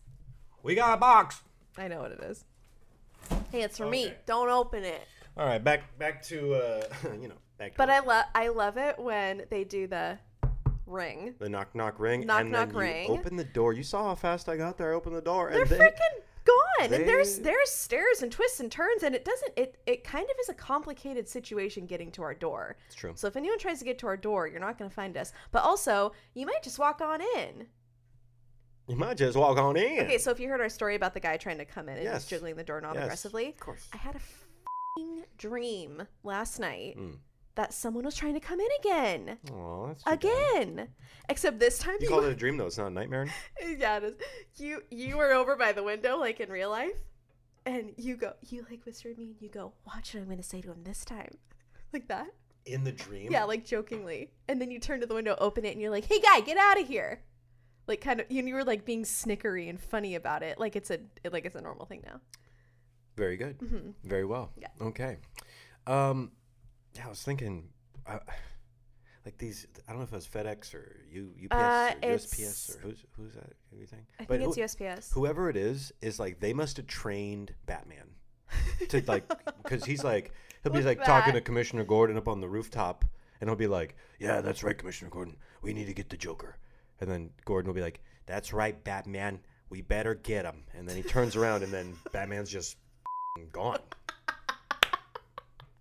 Speaker 1: We got a box.
Speaker 2: I know what it is. Hey, it's for me.
Speaker 1: Okay.
Speaker 2: Don't open it.
Speaker 1: All right, back back to uh, you know, back to
Speaker 2: But I love I love it when they do the ring.
Speaker 1: the knock knock ring
Speaker 2: Knock,
Speaker 1: and then
Speaker 2: knock,
Speaker 1: you
Speaker 2: ring.
Speaker 1: open the door. You saw how fast I got there. I opened the door
Speaker 2: they're
Speaker 1: and then
Speaker 2: freaking gone
Speaker 1: they-
Speaker 2: and there's there's stairs and twists and turns and it doesn't it it kind of is a complicated situation getting to our door
Speaker 1: It's true.
Speaker 2: so if anyone tries to get to our door you're not going to find us but also you might just walk on in
Speaker 1: You might just walk on in.
Speaker 2: okay so if you heard our story about the guy trying to come in and
Speaker 1: Yes.
Speaker 2: just jiggling the doorknob
Speaker 1: Yes,
Speaker 2: aggressively
Speaker 1: Of course.
Speaker 2: i had a fing dream last night
Speaker 1: Mm.
Speaker 2: that someone was trying to come in again
Speaker 1: Aw, that's too bad.
Speaker 2: again except this time
Speaker 1: You called it a dream though. It's not a nightmare.
Speaker 2: yeah, it is. You you were over by the window like in real life, and you go you like whisper to me and you go, "Watch what I'm gonna say to him this time," like that.
Speaker 1: In the dream.
Speaker 2: Yeah, like jokingly, and then you turn to the window, open it, and you're like, "Hey, guy, get out of here!" Like kind of, and you were like being snickery and funny about it, like it's a like it's a normal thing now.
Speaker 1: Very good.
Speaker 2: Mhm.
Speaker 1: Very well.
Speaker 2: Yeah.
Speaker 1: Okay. Um, yeah, I was thinking, uh, like these. I don't know if it was FedEx or U, UPS
Speaker 2: Uh,
Speaker 1: or USPS
Speaker 2: it's-
Speaker 1: or who's who's that? Who you think?
Speaker 2: I
Speaker 1: But
Speaker 2: think
Speaker 1: who-
Speaker 2: it's USPS.
Speaker 1: whoever it is is like they must have trained Batman to like because he's like he'll be
Speaker 2: Look
Speaker 1: like talking to
Speaker 2: back.
Speaker 1: Commissioner Gordon up on the rooftop, and he'll be like, "Yeah, that's right, Commissioner Gordon. We need to get the Joker." And then Gordon will be like, "That's right, Batman. We better get him." And then he turns around, and then Batman's just gone.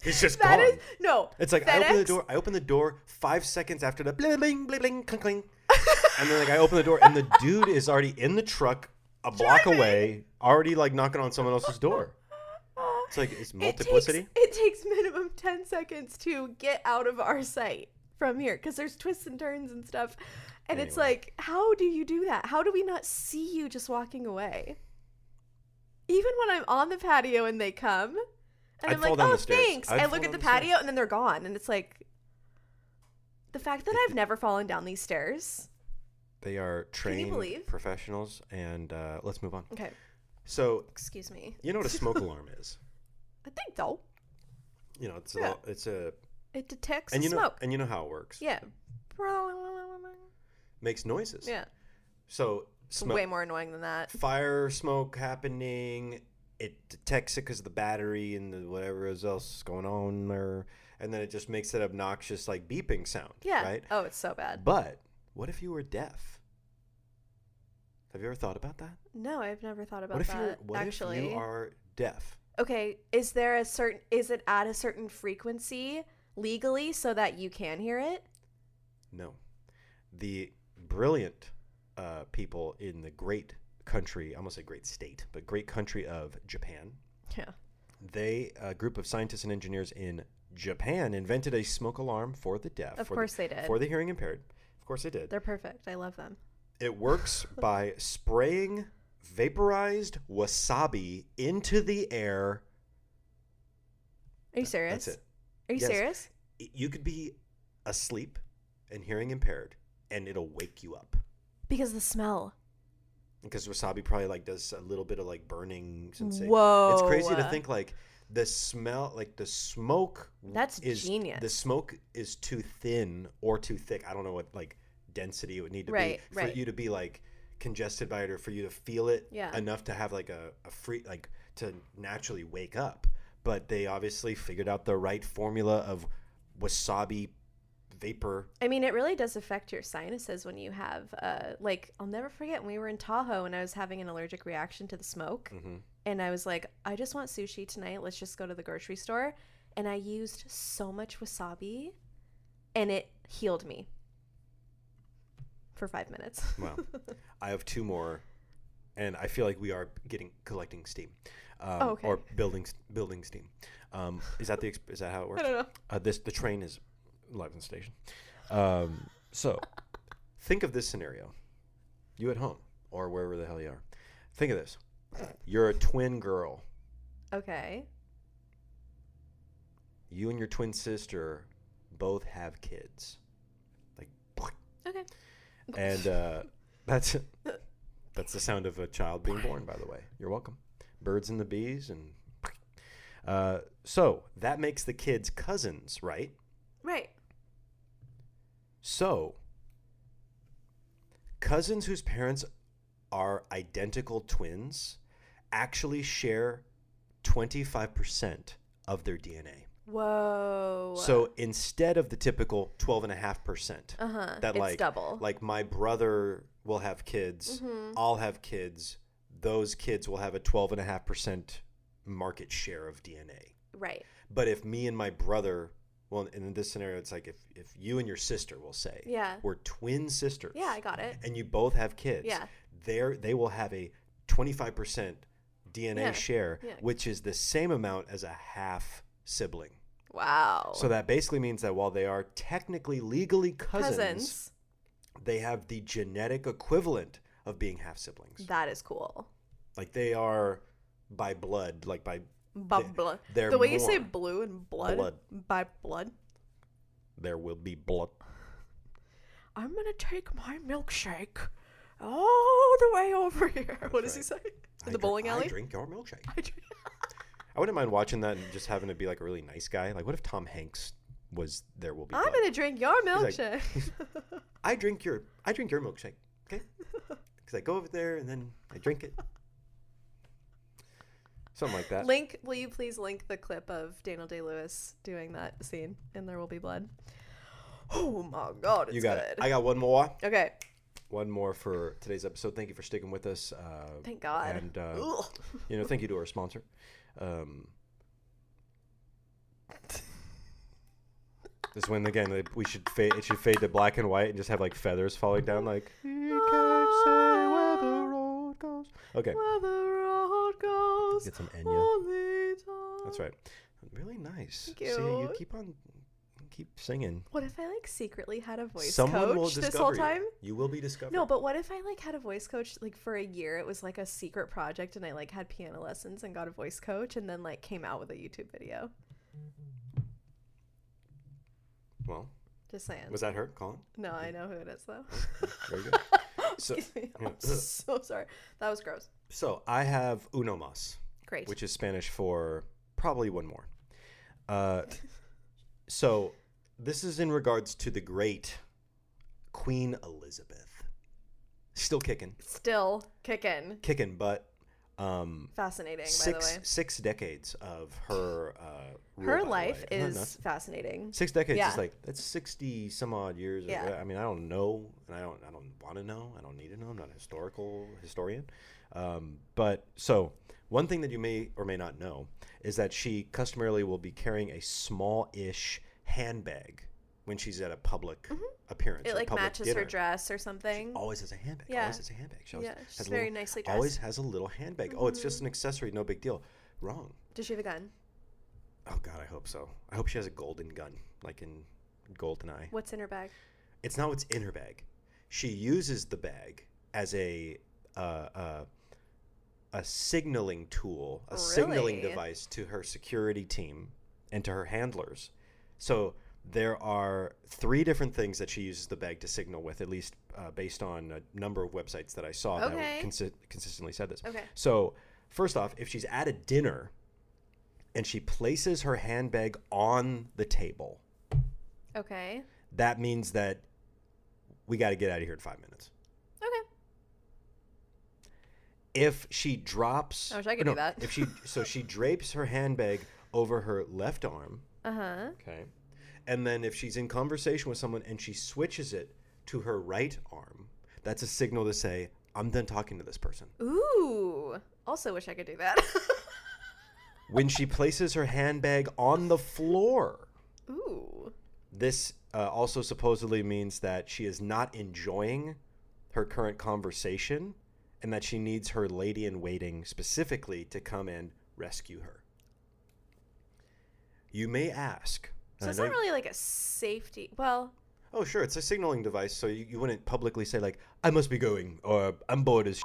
Speaker 1: He's just
Speaker 2: That
Speaker 1: gone.
Speaker 2: is no.
Speaker 1: It's like I open the
Speaker 2: FedEx?
Speaker 1: door. I open the door five seconds after the bling bling bling bling clink clink, and then like I open the door and the dude is already in the truck a block away, already like knocking on someone else's door. It's like it's
Speaker 2: It takes-
Speaker 1: multiplicity.
Speaker 2: It takes, minimum 10 seconds to get out of our sight from here because there's twists and turns and stuff. And it's
Speaker 1: Anyway.
Speaker 2: like, how do you do that? How do we not see you just walking away? Even when I'm on the patio and they come,
Speaker 1: I'd
Speaker 2: and i am
Speaker 1: fall
Speaker 2: like,
Speaker 1: down
Speaker 2: oh,
Speaker 1: the stairs.
Speaker 2: thanks.
Speaker 1: I'd
Speaker 2: I
Speaker 1: fall
Speaker 2: look at
Speaker 1: down
Speaker 2: the
Speaker 1: the stairs.
Speaker 2: patio and then they're gone. And it's like, the fact that I've never fallen down these stairs.
Speaker 1: They are trained
Speaker 2: believe?
Speaker 1: professionals, and uh, let's move on.
Speaker 2: Okay,
Speaker 1: So
Speaker 2: excuse me.
Speaker 1: you know what a smoke alarm is?
Speaker 2: I think so.
Speaker 1: You know, it's
Speaker 2: Yeah.
Speaker 1: a, it's a
Speaker 2: It detects
Speaker 1: and
Speaker 2: the
Speaker 1: you know
Speaker 2: smoke.
Speaker 1: and you know how it works.
Speaker 2: yeah.
Speaker 1: makes noises.
Speaker 2: Yeah.
Speaker 1: So
Speaker 2: It's
Speaker 1: smoke,
Speaker 2: way more annoying than that.
Speaker 1: fire smoke happening. It detects it because of the battery and the whatever is else is going on there, and then it just makes that obnoxious like beeping sound.
Speaker 2: Yeah.
Speaker 1: Right.
Speaker 2: Oh, it's so bad.
Speaker 1: But what if you were deaf? Have you ever thought about that?
Speaker 2: No, I've never thought about
Speaker 1: what if you're
Speaker 2: that.
Speaker 1: what
Speaker 2: actually.
Speaker 1: if you are deaf?
Speaker 2: Okay, is there a certain is it at a certain frequency legally so that you can hear it?
Speaker 1: No. The brilliant uh, people in the great country, I almost say great state, but great country of Japan,
Speaker 2: Yeah.
Speaker 1: they a group of scientists and engineers in Japan invented a smoke alarm for the deaf.
Speaker 2: Of
Speaker 1: for
Speaker 2: course
Speaker 1: the,
Speaker 2: they did.
Speaker 1: For the hearing impaired. Of course they did.
Speaker 2: They're perfect. I love them.
Speaker 1: It works by spraying vaporized wasabi into the air.
Speaker 2: Are you serious?
Speaker 1: That's it.
Speaker 2: Are you
Speaker 1: Yes.
Speaker 2: serious?
Speaker 1: I- You could be asleep and hearing impaired, and it'll wake you up
Speaker 2: Because the smell.
Speaker 1: because wasabi probably like does a little bit of like burning sensation.
Speaker 2: Whoa.
Speaker 1: It's crazy to think like the smell, like the smoke. w-
Speaker 2: That's
Speaker 1: is,
Speaker 2: genius.
Speaker 1: The smoke is too thin or too thick. I don't know what like density it would need to
Speaker 2: Right,
Speaker 1: be for
Speaker 2: right.
Speaker 1: you to be like congested by it or for you to feel it
Speaker 2: Yeah.
Speaker 1: enough to have like a, a free like to naturally wake up. But they obviously figured out the right formula of wasabi vapor.
Speaker 2: I mean, it really does affect your sinuses when you have, uh, like, I'll never forget when we were in Tahoe and I was having an allergic reaction to the smoke.
Speaker 1: Mhm.
Speaker 2: And I was like, I just want sushi tonight. Let's just go to the grocery store. And I used so much wasabi and it healed me for five minutes.
Speaker 1: Wow. I have two more, and I feel like we are getting collecting steam, um,
Speaker 2: Oh, okay.
Speaker 1: or building s- building steam. Um, is that the exp- is that how it works?
Speaker 2: I don't know.
Speaker 1: Uh, this the train is live in the station. Um, so, think of this scenario: you at home or wherever the hell you are. Think of this: you're a twin girl.
Speaker 2: Okay.
Speaker 1: You and your twin sister both have kids. Like,
Speaker 2: Okay.
Speaker 1: and uh, that's that's the sound of a child being born. By the way, you're welcome. Birds and the bees, and uh, so that makes the kids cousins, right?
Speaker 2: Right.
Speaker 1: So cousins whose parents are identical twins actually share twenty five percent of their DNA.
Speaker 2: Whoa.
Speaker 1: So instead of the typical twelve and a half percent,
Speaker 2: uh huh.
Speaker 1: that
Speaker 2: It's
Speaker 1: like
Speaker 2: double. Mm-hmm.
Speaker 1: like my brother will have kids i'll have kids those kids will have a 12.5% market share of dna
Speaker 2: right.
Speaker 1: but if me and my brother well in this scenario it's like if, if you and your sister will say
Speaker 2: Yeah.
Speaker 1: we're twin sisters
Speaker 2: Yeah, I got it.
Speaker 1: and you both have kids
Speaker 2: Yeah.
Speaker 1: they're, they will have a 25% dna
Speaker 2: Yeah.
Speaker 1: share
Speaker 2: Yeah.
Speaker 1: which is the same amount as a half sibling
Speaker 2: Wow.
Speaker 1: so that basically means that while they are technically legally cousins
Speaker 2: cousins.
Speaker 1: they have the genetic equivalent of being half siblings.
Speaker 2: That is cool.
Speaker 1: Like they are by blood, like by
Speaker 2: Bub blood.
Speaker 1: they're
Speaker 2: The way you say
Speaker 1: more
Speaker 2: blue and blood,
Speaker 1: blood.
Speaker 2: by blood.
Speaker 1: there will be blood.
Speaker 2: I'm gonna take my milkshake all the way over here. What does he say?
Speaker 1: I
Speaker 2: In the
Speaker 1: drink-
Speaker 2: bowling alley.
Speaker 1: I drink your milkshake.
Speaker 2: I drink-
Speaker 1: I wouldn't mind watching that and just having to be like a really nice guy. Like what if Tom Hanks was there will be
Speaker 2: I'm
Speaker 1: blood?
Speaker 2: gonna drink your
Speaker 1: like-
Speaker 2: milkshake.
Speaker 1: I drink your I drink your milkshake. Okay? Cuz I go over there and then I drink it. Something like that.
Speaker 2: link, will you please link the clip of Daniel Day Lewis doing that scene? And there will be blood. Oh my god, it's
Speaker 1: you got
Speaker 2: good.
Speaker 1: it. I got one more.
Speaker 2: okay,
Speaker 1: One more for today's episode. Thank you for sticking with us. Uh,
Speaker 2: thank God.
Speaker 1: and uh,
Speaker 2: Ugh.
Speaker 1: you know, thank you to our sponsor. Um, this when again like, we should fade. It should fade to black and white and just have like feathers falling down. Like he can't say where the road goes. Okay,
Speaker 2: Where the road goes,
Speaker 1: get some Enya.
Speaker 2: only time
Speaker 1: That's right. Really nice.
Speaker 2: Thank
Speaker 1: See, you
Speaker 2: you.
Speaker 1: keep on keep singing.
Speaker 2: What if I like secretly had a voice
Speaker 1: Someone will
Speaker 2: coach
Speaker 1: discover
Speaker 2: this whole
Speaker 1: you.
Speaker 2: time?
Speaker 1: You will be discovered.
Speaker 2: No, but what if I like had a voice coach like for a year? It was like a secret project, and I like had piano lessons and got a voice coach, and then like came out with a YouTube video.
Speaker 1: Well,
Speaker 2: Just saying.
Speaker 1: was that Mm. her, Colin?
Speaker 2: no, I know who it is though.
Speaker 1: Very good. So-
Speaker 2: Excuse me.
Speaker 1: yeah,
Speaker 2: I'm so sorry. That was gross.
Speaker 1: So I have uno mas,
Speaker 2: Great.
Speaker 1: which is Spanish for probably one more. Uh, so this is in regards to the great Queen Elizabeth. Still kicking,
Speaker 2: Still kicking.
Speaker 1: kicking butt. Um,
Speaker 2: Fascinating, by the
Speaker 1: six
Speaker 2: way.
Speaker 1: six decades of her uh, rule, by
Speaker 2: Her
Speaker 1: the way.
Speaker 2: life
Speaker 1: Isn't that
Speaker 2: is
Speaker 1: nuts?
Speaker 2: fascinating.
Speaker 1: six decades
Speaker 2: yeah.
Speaker 1: is like that's sixty some odd years. of-
Speaker 2: Yeah.
Speaker 1: I mean, I don't know, and I don't, I don't want to know. I don't need to know. I'm not a historical historian. Um, but so one thing that you may or may not know is that she customarily will be carrying a small-ish handbag when she's at a public appearance.
Speaker 2: Mm-hmm.
Speaker 1: or
Speaker 2: It
Speaker 1: a
Speaker 2: like
Speaker 1: public
Speaker 2: matches her
Speaker 1: dinner.
Speaker 2: dress or something.
Speaker 1: Always has a handbag.
Speaker 2: Yeah.
Speaker 1: Always has a handbag. She always
Speaker 2: yeah, Mm-hmm.
Speaker 1: has
Speaker 2: she's
Speaker 1: a
Speaker 2: very
Speaker 1: little-
Speaker 2: nicely dressed.
Speaker 1: always has a little handbag. Oh, it's just an accessory, no big deal. Wrong.
Speaker 2: Does she have a gun?
Speaker 1: Oh God, I hope so. I hope she has a golden gun, like in Goldeneye.
Speaker 2: What's in her bag?
Speaker 1: It's not what's in her bag. She uses the bag as a uh, uh, a signaling tool, a signaling
Speaker 2: Really?
Speaker 1: device to her security team and to her handlers. So there are three different things that she uses the bag to signal with, at least uh, based on a number of websites that I saw
Speaker 2: Okay.
Speaker 1: that consi- consistently said this.
Speaker 2: Okay.
Speaker 1: So, first off, if she's at a dinner and she places her handbag on the table,
Speaker 2: Okay.
Speaker 1: that means that we got to get out of here in five minutes.
Speaker 2: Okay.
Speaker 1: If she drops,
Speaker 2: I wish I could
Speaker 1: no,
Speaker 2: do that.
Speaker 1: if she so she drapes her handbag over her left arm,
Speaker 2: Uh huh.
Speaker 1: okay, and then if she's in conversation with someone and she switches it to her right arm, that's a signal to say I'm done talking to this person.
Speaker 2: Ooh. Also wish I could do that.
Speaker 1: When she places her handbag on the floor,
Speaker 2: Ooh.
Speaker 1: This uh, also supposedly means that she is not enjoying her current conversation and that she needs her lady in waiting specifically to come and rescue her. You may ask. and
Speaker 2: So
Speaker 1: I
Speaker 2: it's
Speaker 1: know
Speaker 2: not
Speaker 1: you-
Speaker 2: really like a safety. Well,
Speaker 1: Oh, sure. It's a signaling device, so you, you wouldn't publicly say, like, I must be going or I'm bored as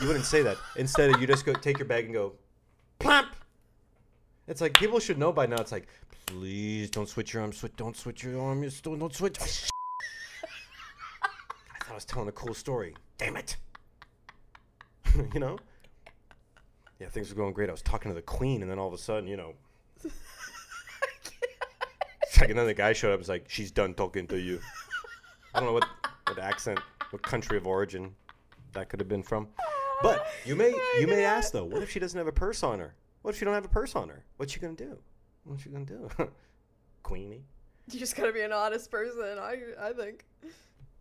Speaker 1: You wouldn't say that. Instead, you just go take your bag and go, plump. It's like people should know by now. It's like, please don't switch your arm. Switch, don't switch your arm. You still don't switch. I thought I was telling a cool story. Damn it. you know? Yeah, things were going great. I was talking to the queen, and then all of a sudden, you know, it's like, and then the guy showed up. and was like, she's done talking to you. I don't know what, what accent, what country of origin that could have been from. But you may you may ask though, what if she doesn't have a purse on her? What if she don't have a purse on her? What's she gonna do? What's she gonna do? Queenie,
Speaker 2: you just gotta be an honest person. I I think.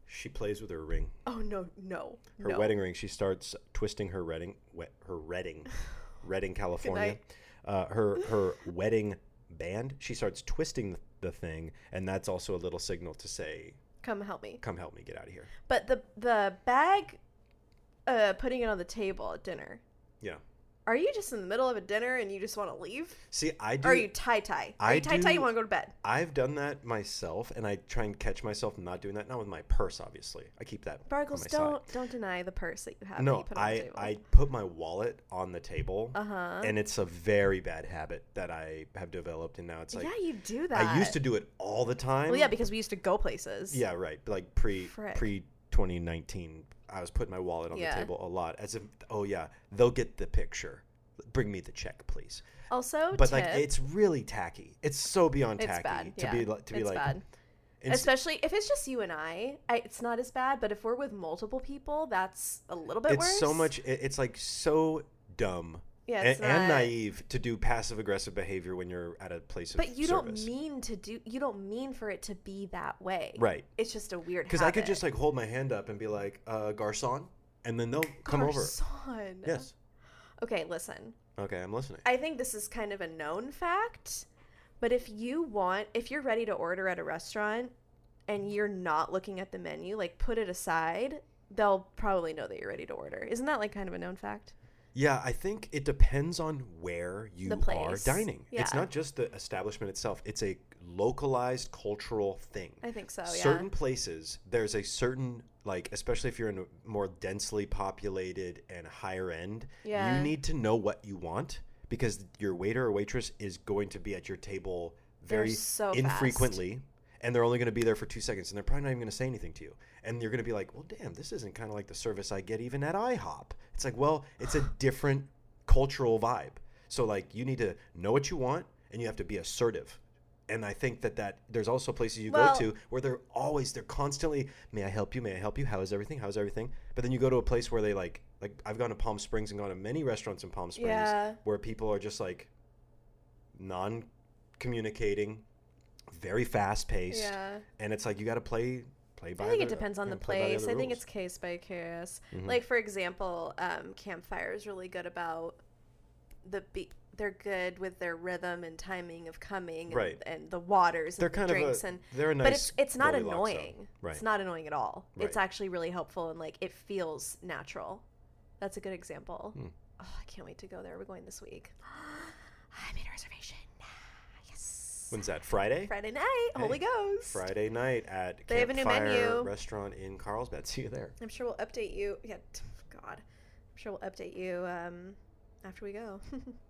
Speaker 1: she plays with her ring,
Speaker 2: Oh no no
Speaker 1: her
Speaker 2: no.
Speaker 1: wedding ring. She starts twisting her wedding, wet, her wedding, Redding, California,
Speaker 2: night.
Speaker 1: uh, her her wedding band. She starts twisting the thing, and that's also a little signal to say,
Speaker 2: Come help me.
Speaker 1: "Come help me get out of here."
Speaker 2: But the the bag, uh, putting it on the table at dinner.
Speaker 1: Yeah.
Speaker 2: Are you just in the middle of a dinner and you just want to leave?
Speaker 1: See, I do.
Speaker 2: Or are you tie tie? Are
Speaker 1: I
Speaker 2: you tie tie? You
Speaker 1: do-
Speaker 2: want to go to bed?
Speaker 1: I've done that myself, and I try and catch myself not doing that. Not with my purse, obviously. I keep that. on
Speaker 2: Bargles,
Speaker 1: my side.
Speaker 2: don't don't deny the purse that you have. that
Speaker 1: No,
Speaker 2: you put on the
Speaker 1: I
Speaker 2: table.
Speaker 1: I put my wallet on the table,
Speaker 2: Uh huh.
Speaker 1: and it's a very bad habit that I have developed, and now it's like
Speaker 2: yeah, you do that.
Speaker 1: I used to do it all the time.
Speaker 2: Well, yeah, because we used to go places.
Speaker 1: yeah, right. Like pre
Speaker 2: Frick.
Speaker 1: pre twenty nineteen, I was putting my wallet on
Speaker 2: Yeah.
Speaker 1: the table a lot, as if oh yeah, they'll get the picture. Bring me the check, please.
Speaker 2: Also,
Speaker 1: But
Speaker 2: Oh, tip,
Speaker 1: like, it's really tacky. It's so beyond
Speaker 2: it's
Speaker 1: tacky
Speaker 2: bad.
Speaker 1: to
Speaker 2: yeah,
Speaker 1: be li- to be
Speaker 2: it's
Speaker 1: like.
Speaker 2: bad.
Speaker 1: inst-
Speaker 2: Especially if it's just you and I, I, it's not as bad. But if we're with multiple people, that's a little bit
Speaker 1: it's
Speaker 2: worse.
Speaker 1: so much it, it's like so dumb
Speaker 2: Yeah,
Speaker 1: a-
Speaker 2: it's
Speaker 1: and,
Speaker 2: not-
Speaker 1: naive to do passive aggressive behavior when you're at a place of
Speaker 2: But you
Speaker 1: service.
Speaker 2: don't mean to do. You don't mean for it to be that way.
Speaker 1: right
Speaker 2: It's just a weird.
Speaker 1: because i could just like hold my hand up and be like uh garçon and then they'll come over
Speaker 2: Garcon.
Speaker 1: yes
Speaker 2: Okay, listen.
Speaker 1: okay i'm listening
Speaker 2: I think this is kind of a known fact, but if you want, if you're ready to order at a restaurant and you're not looking at the menu, like put it aside, they'll probably know that you're ready to order. Isn't that like kind of a known fact?
Speaker 1: Yeah, I think it depends on where you
Speaker 2: The
Speaker 1: are
Speaker 2: place.
Speaker 1: dining. It's
Speaker 2: Yeah.
Speaker 1: not just the establishment itself, it's a localized cultural thing.
Speaker 2: I think so. Yeah.
Speaker 1: certain places, there's a certain, like, especially if you're in a more densely populated and higher end,
Speaker 2: Yeah.
Speaker 1: you need to know what you want because your waiter or waitress is going to be at your table
Speaker 2: They're
Speaker 1: very
Speaker 2: so fast.
Speaker 1: infrequently. And they're only going to be there for two seconds, and they're probably not even going to say anything to you. And you're going to be like, "Well, damn, this isn't kind of like the service I get even at IHOP." It's like, well, it's a different cultural vibe. So like, you need to know what you want, and you have to be assertive. And I think that that there's also places you
Speaker 2: Well-
Speaker 1: go to where they're always they're constantly, "May I help you? May I help you? How is everything? How is everything?" But then you go to a place where they like like I've gone to Palm Springs and gone to many restaurants in Palm Springs
Speaker 2: Yeah.
Speaker 1: where people are just like non-communicating, very fast-paced,
Speaker 2: Yeah.
Speaker 1: and it's like you got to play play by.
Speaker 2: I think it
Speaker 1: the-
Speaker 2: depends on
Speaker 1: yeah,
Speaker 2: the
Speaker 1: play by
Speaker 2: place.
Speaker 1: other
Speaker 2: I think
Speaker 1: rules.
Speaker 2: it's case by case.
Speaker 1: Mhm.
Speaker 2: Like for example, um, Campfire is really good about the beat. They're good with their rhythm and timing of coming, and,
Speaker 1: Right.
Speaker 2: and the waters and
Speaker 1: they're
Speaker 2: the
Speaker 1: kind
Speaker 2: drinks
Speaker 1: of a,
Speaker 2: and.
Speaker 1: they're a nice
Speaker 2: but it's it's not
Speaker 1: Goldilocks zone.
Speaker 2: annoying.
Speaker 1: Right.
Speaker 2: It's not annoying at all. It's
Speaker 1: Right.
Speaker 2: actually really helpful and like it feels natural. That's a good example.
Speaker 1: Hmm.
Speaker 2: Oh, I can't wait to go there. We're going this week. I made a reservation. Yes.
Speaker 1: When's that? Friday.
Speaker 2: Friday night, Holy
Speaker 1: Hey,
Speaker 2: Ghost.
Speaker 1: Friday night at
Speaker 2: They have a new
Speaker 1: Campfire
Speaker 2: menu.
Speaker 1: Restaurant in Carlsbad. See you there.
Speaker 2: I'm sure we'll update you. Yeah, t- God, I'm sure we'll update you um, after we go.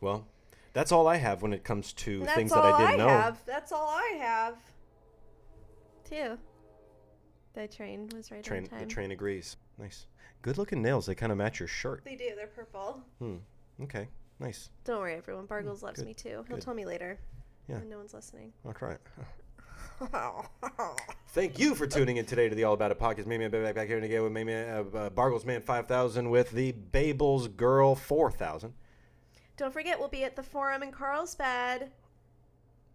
Speaker 1: Well, that's all I have when it comes to
Speaker 2: That's
Speaker 1: things
Speaker 2: all
Speaker 1: that I didn't know.
Speaker 2: have. That's all I have. Two. The train was right
Speaker 1: Train,
Speaker 2: on
Speaker 1: the
Speaker 2: time.
Speaker 1: train agrees. Nice. Good looking nails. They kind of match your shirt.
Speaker 2: They do. They're purple.
Speaker 1: Hmm. Okay. Nice.
Speaker 2: Don't worry, everyone. Bargles loves
Speaker 1: Mm, good,
Speaker 2: me too. He'll
Speaker 1: good.
Speaker 2: tell me later.
Speaker 1: Yeah.
Speaker 2: When no one's listening.
Speaker 1: I'll try it. Thank you for tuning in today to the All About It podcast. Maybe I'm back back here and again with maybe uh, uh, Bargles Man 5000 with the Babel's Girl 4000.
Speaker 2: Don't forget, we'll be at the forum in Carlsbad.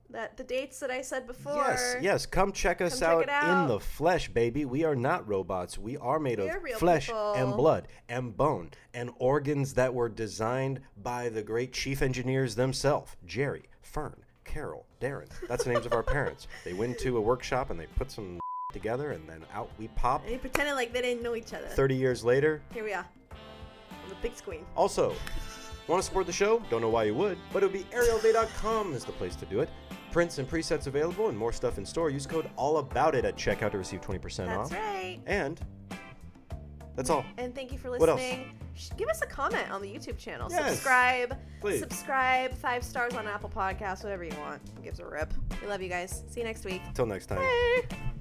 Speaker 2: That the dates that I said before.
Speaker 1: Yes, yes. Come check us
Speaker 2: Come
Speaker 1: out,
Speaker 2: check it
Speaker 1: in
Speaker 2: out.
Speaker 1: the flesh, baby. We are not robots. We are made
Speaker 2: We
Speaker 1: of
Speaker 2: are real
Speaker 1: flesh
Speaker 2: people.
Speaker 1: and blood and bone and organs that were designed by the great chief engineers themselves Jerry, Fern, Carol, Darren. That's the names of our parents. They went to a workshop and they put some together and then out we pop.
Speaker 2: And they pretended like they didn't know each other.
Speaker 1: 30 years later.
Speaker 2: Here we are. On the big screen.
Speaker 1: Also, want to support the show? Don't know why you would, but it would be arielday.com is the place to do it. Prints and presets available and more stuff in store. Use code all about it at checkout to receive 20% off.
Speaker 2: That's right.
Speaker 1: And that's all.
Speaker 2: And thank you for
Speaker 1: What else?
Speaker 2: listening. Sh- Give us a comment on the YouTube channel.
Speaker 1: Yes.
Speaker 2: subscribe.
Speaker 1: Please.
Speaker 2: Subscribe. Five stars on Apple Podcasts, whatever you want. Who gives a rip? We love you guys. See you next week.
Speaker 1: Till next time.
Speaker 2: Bye.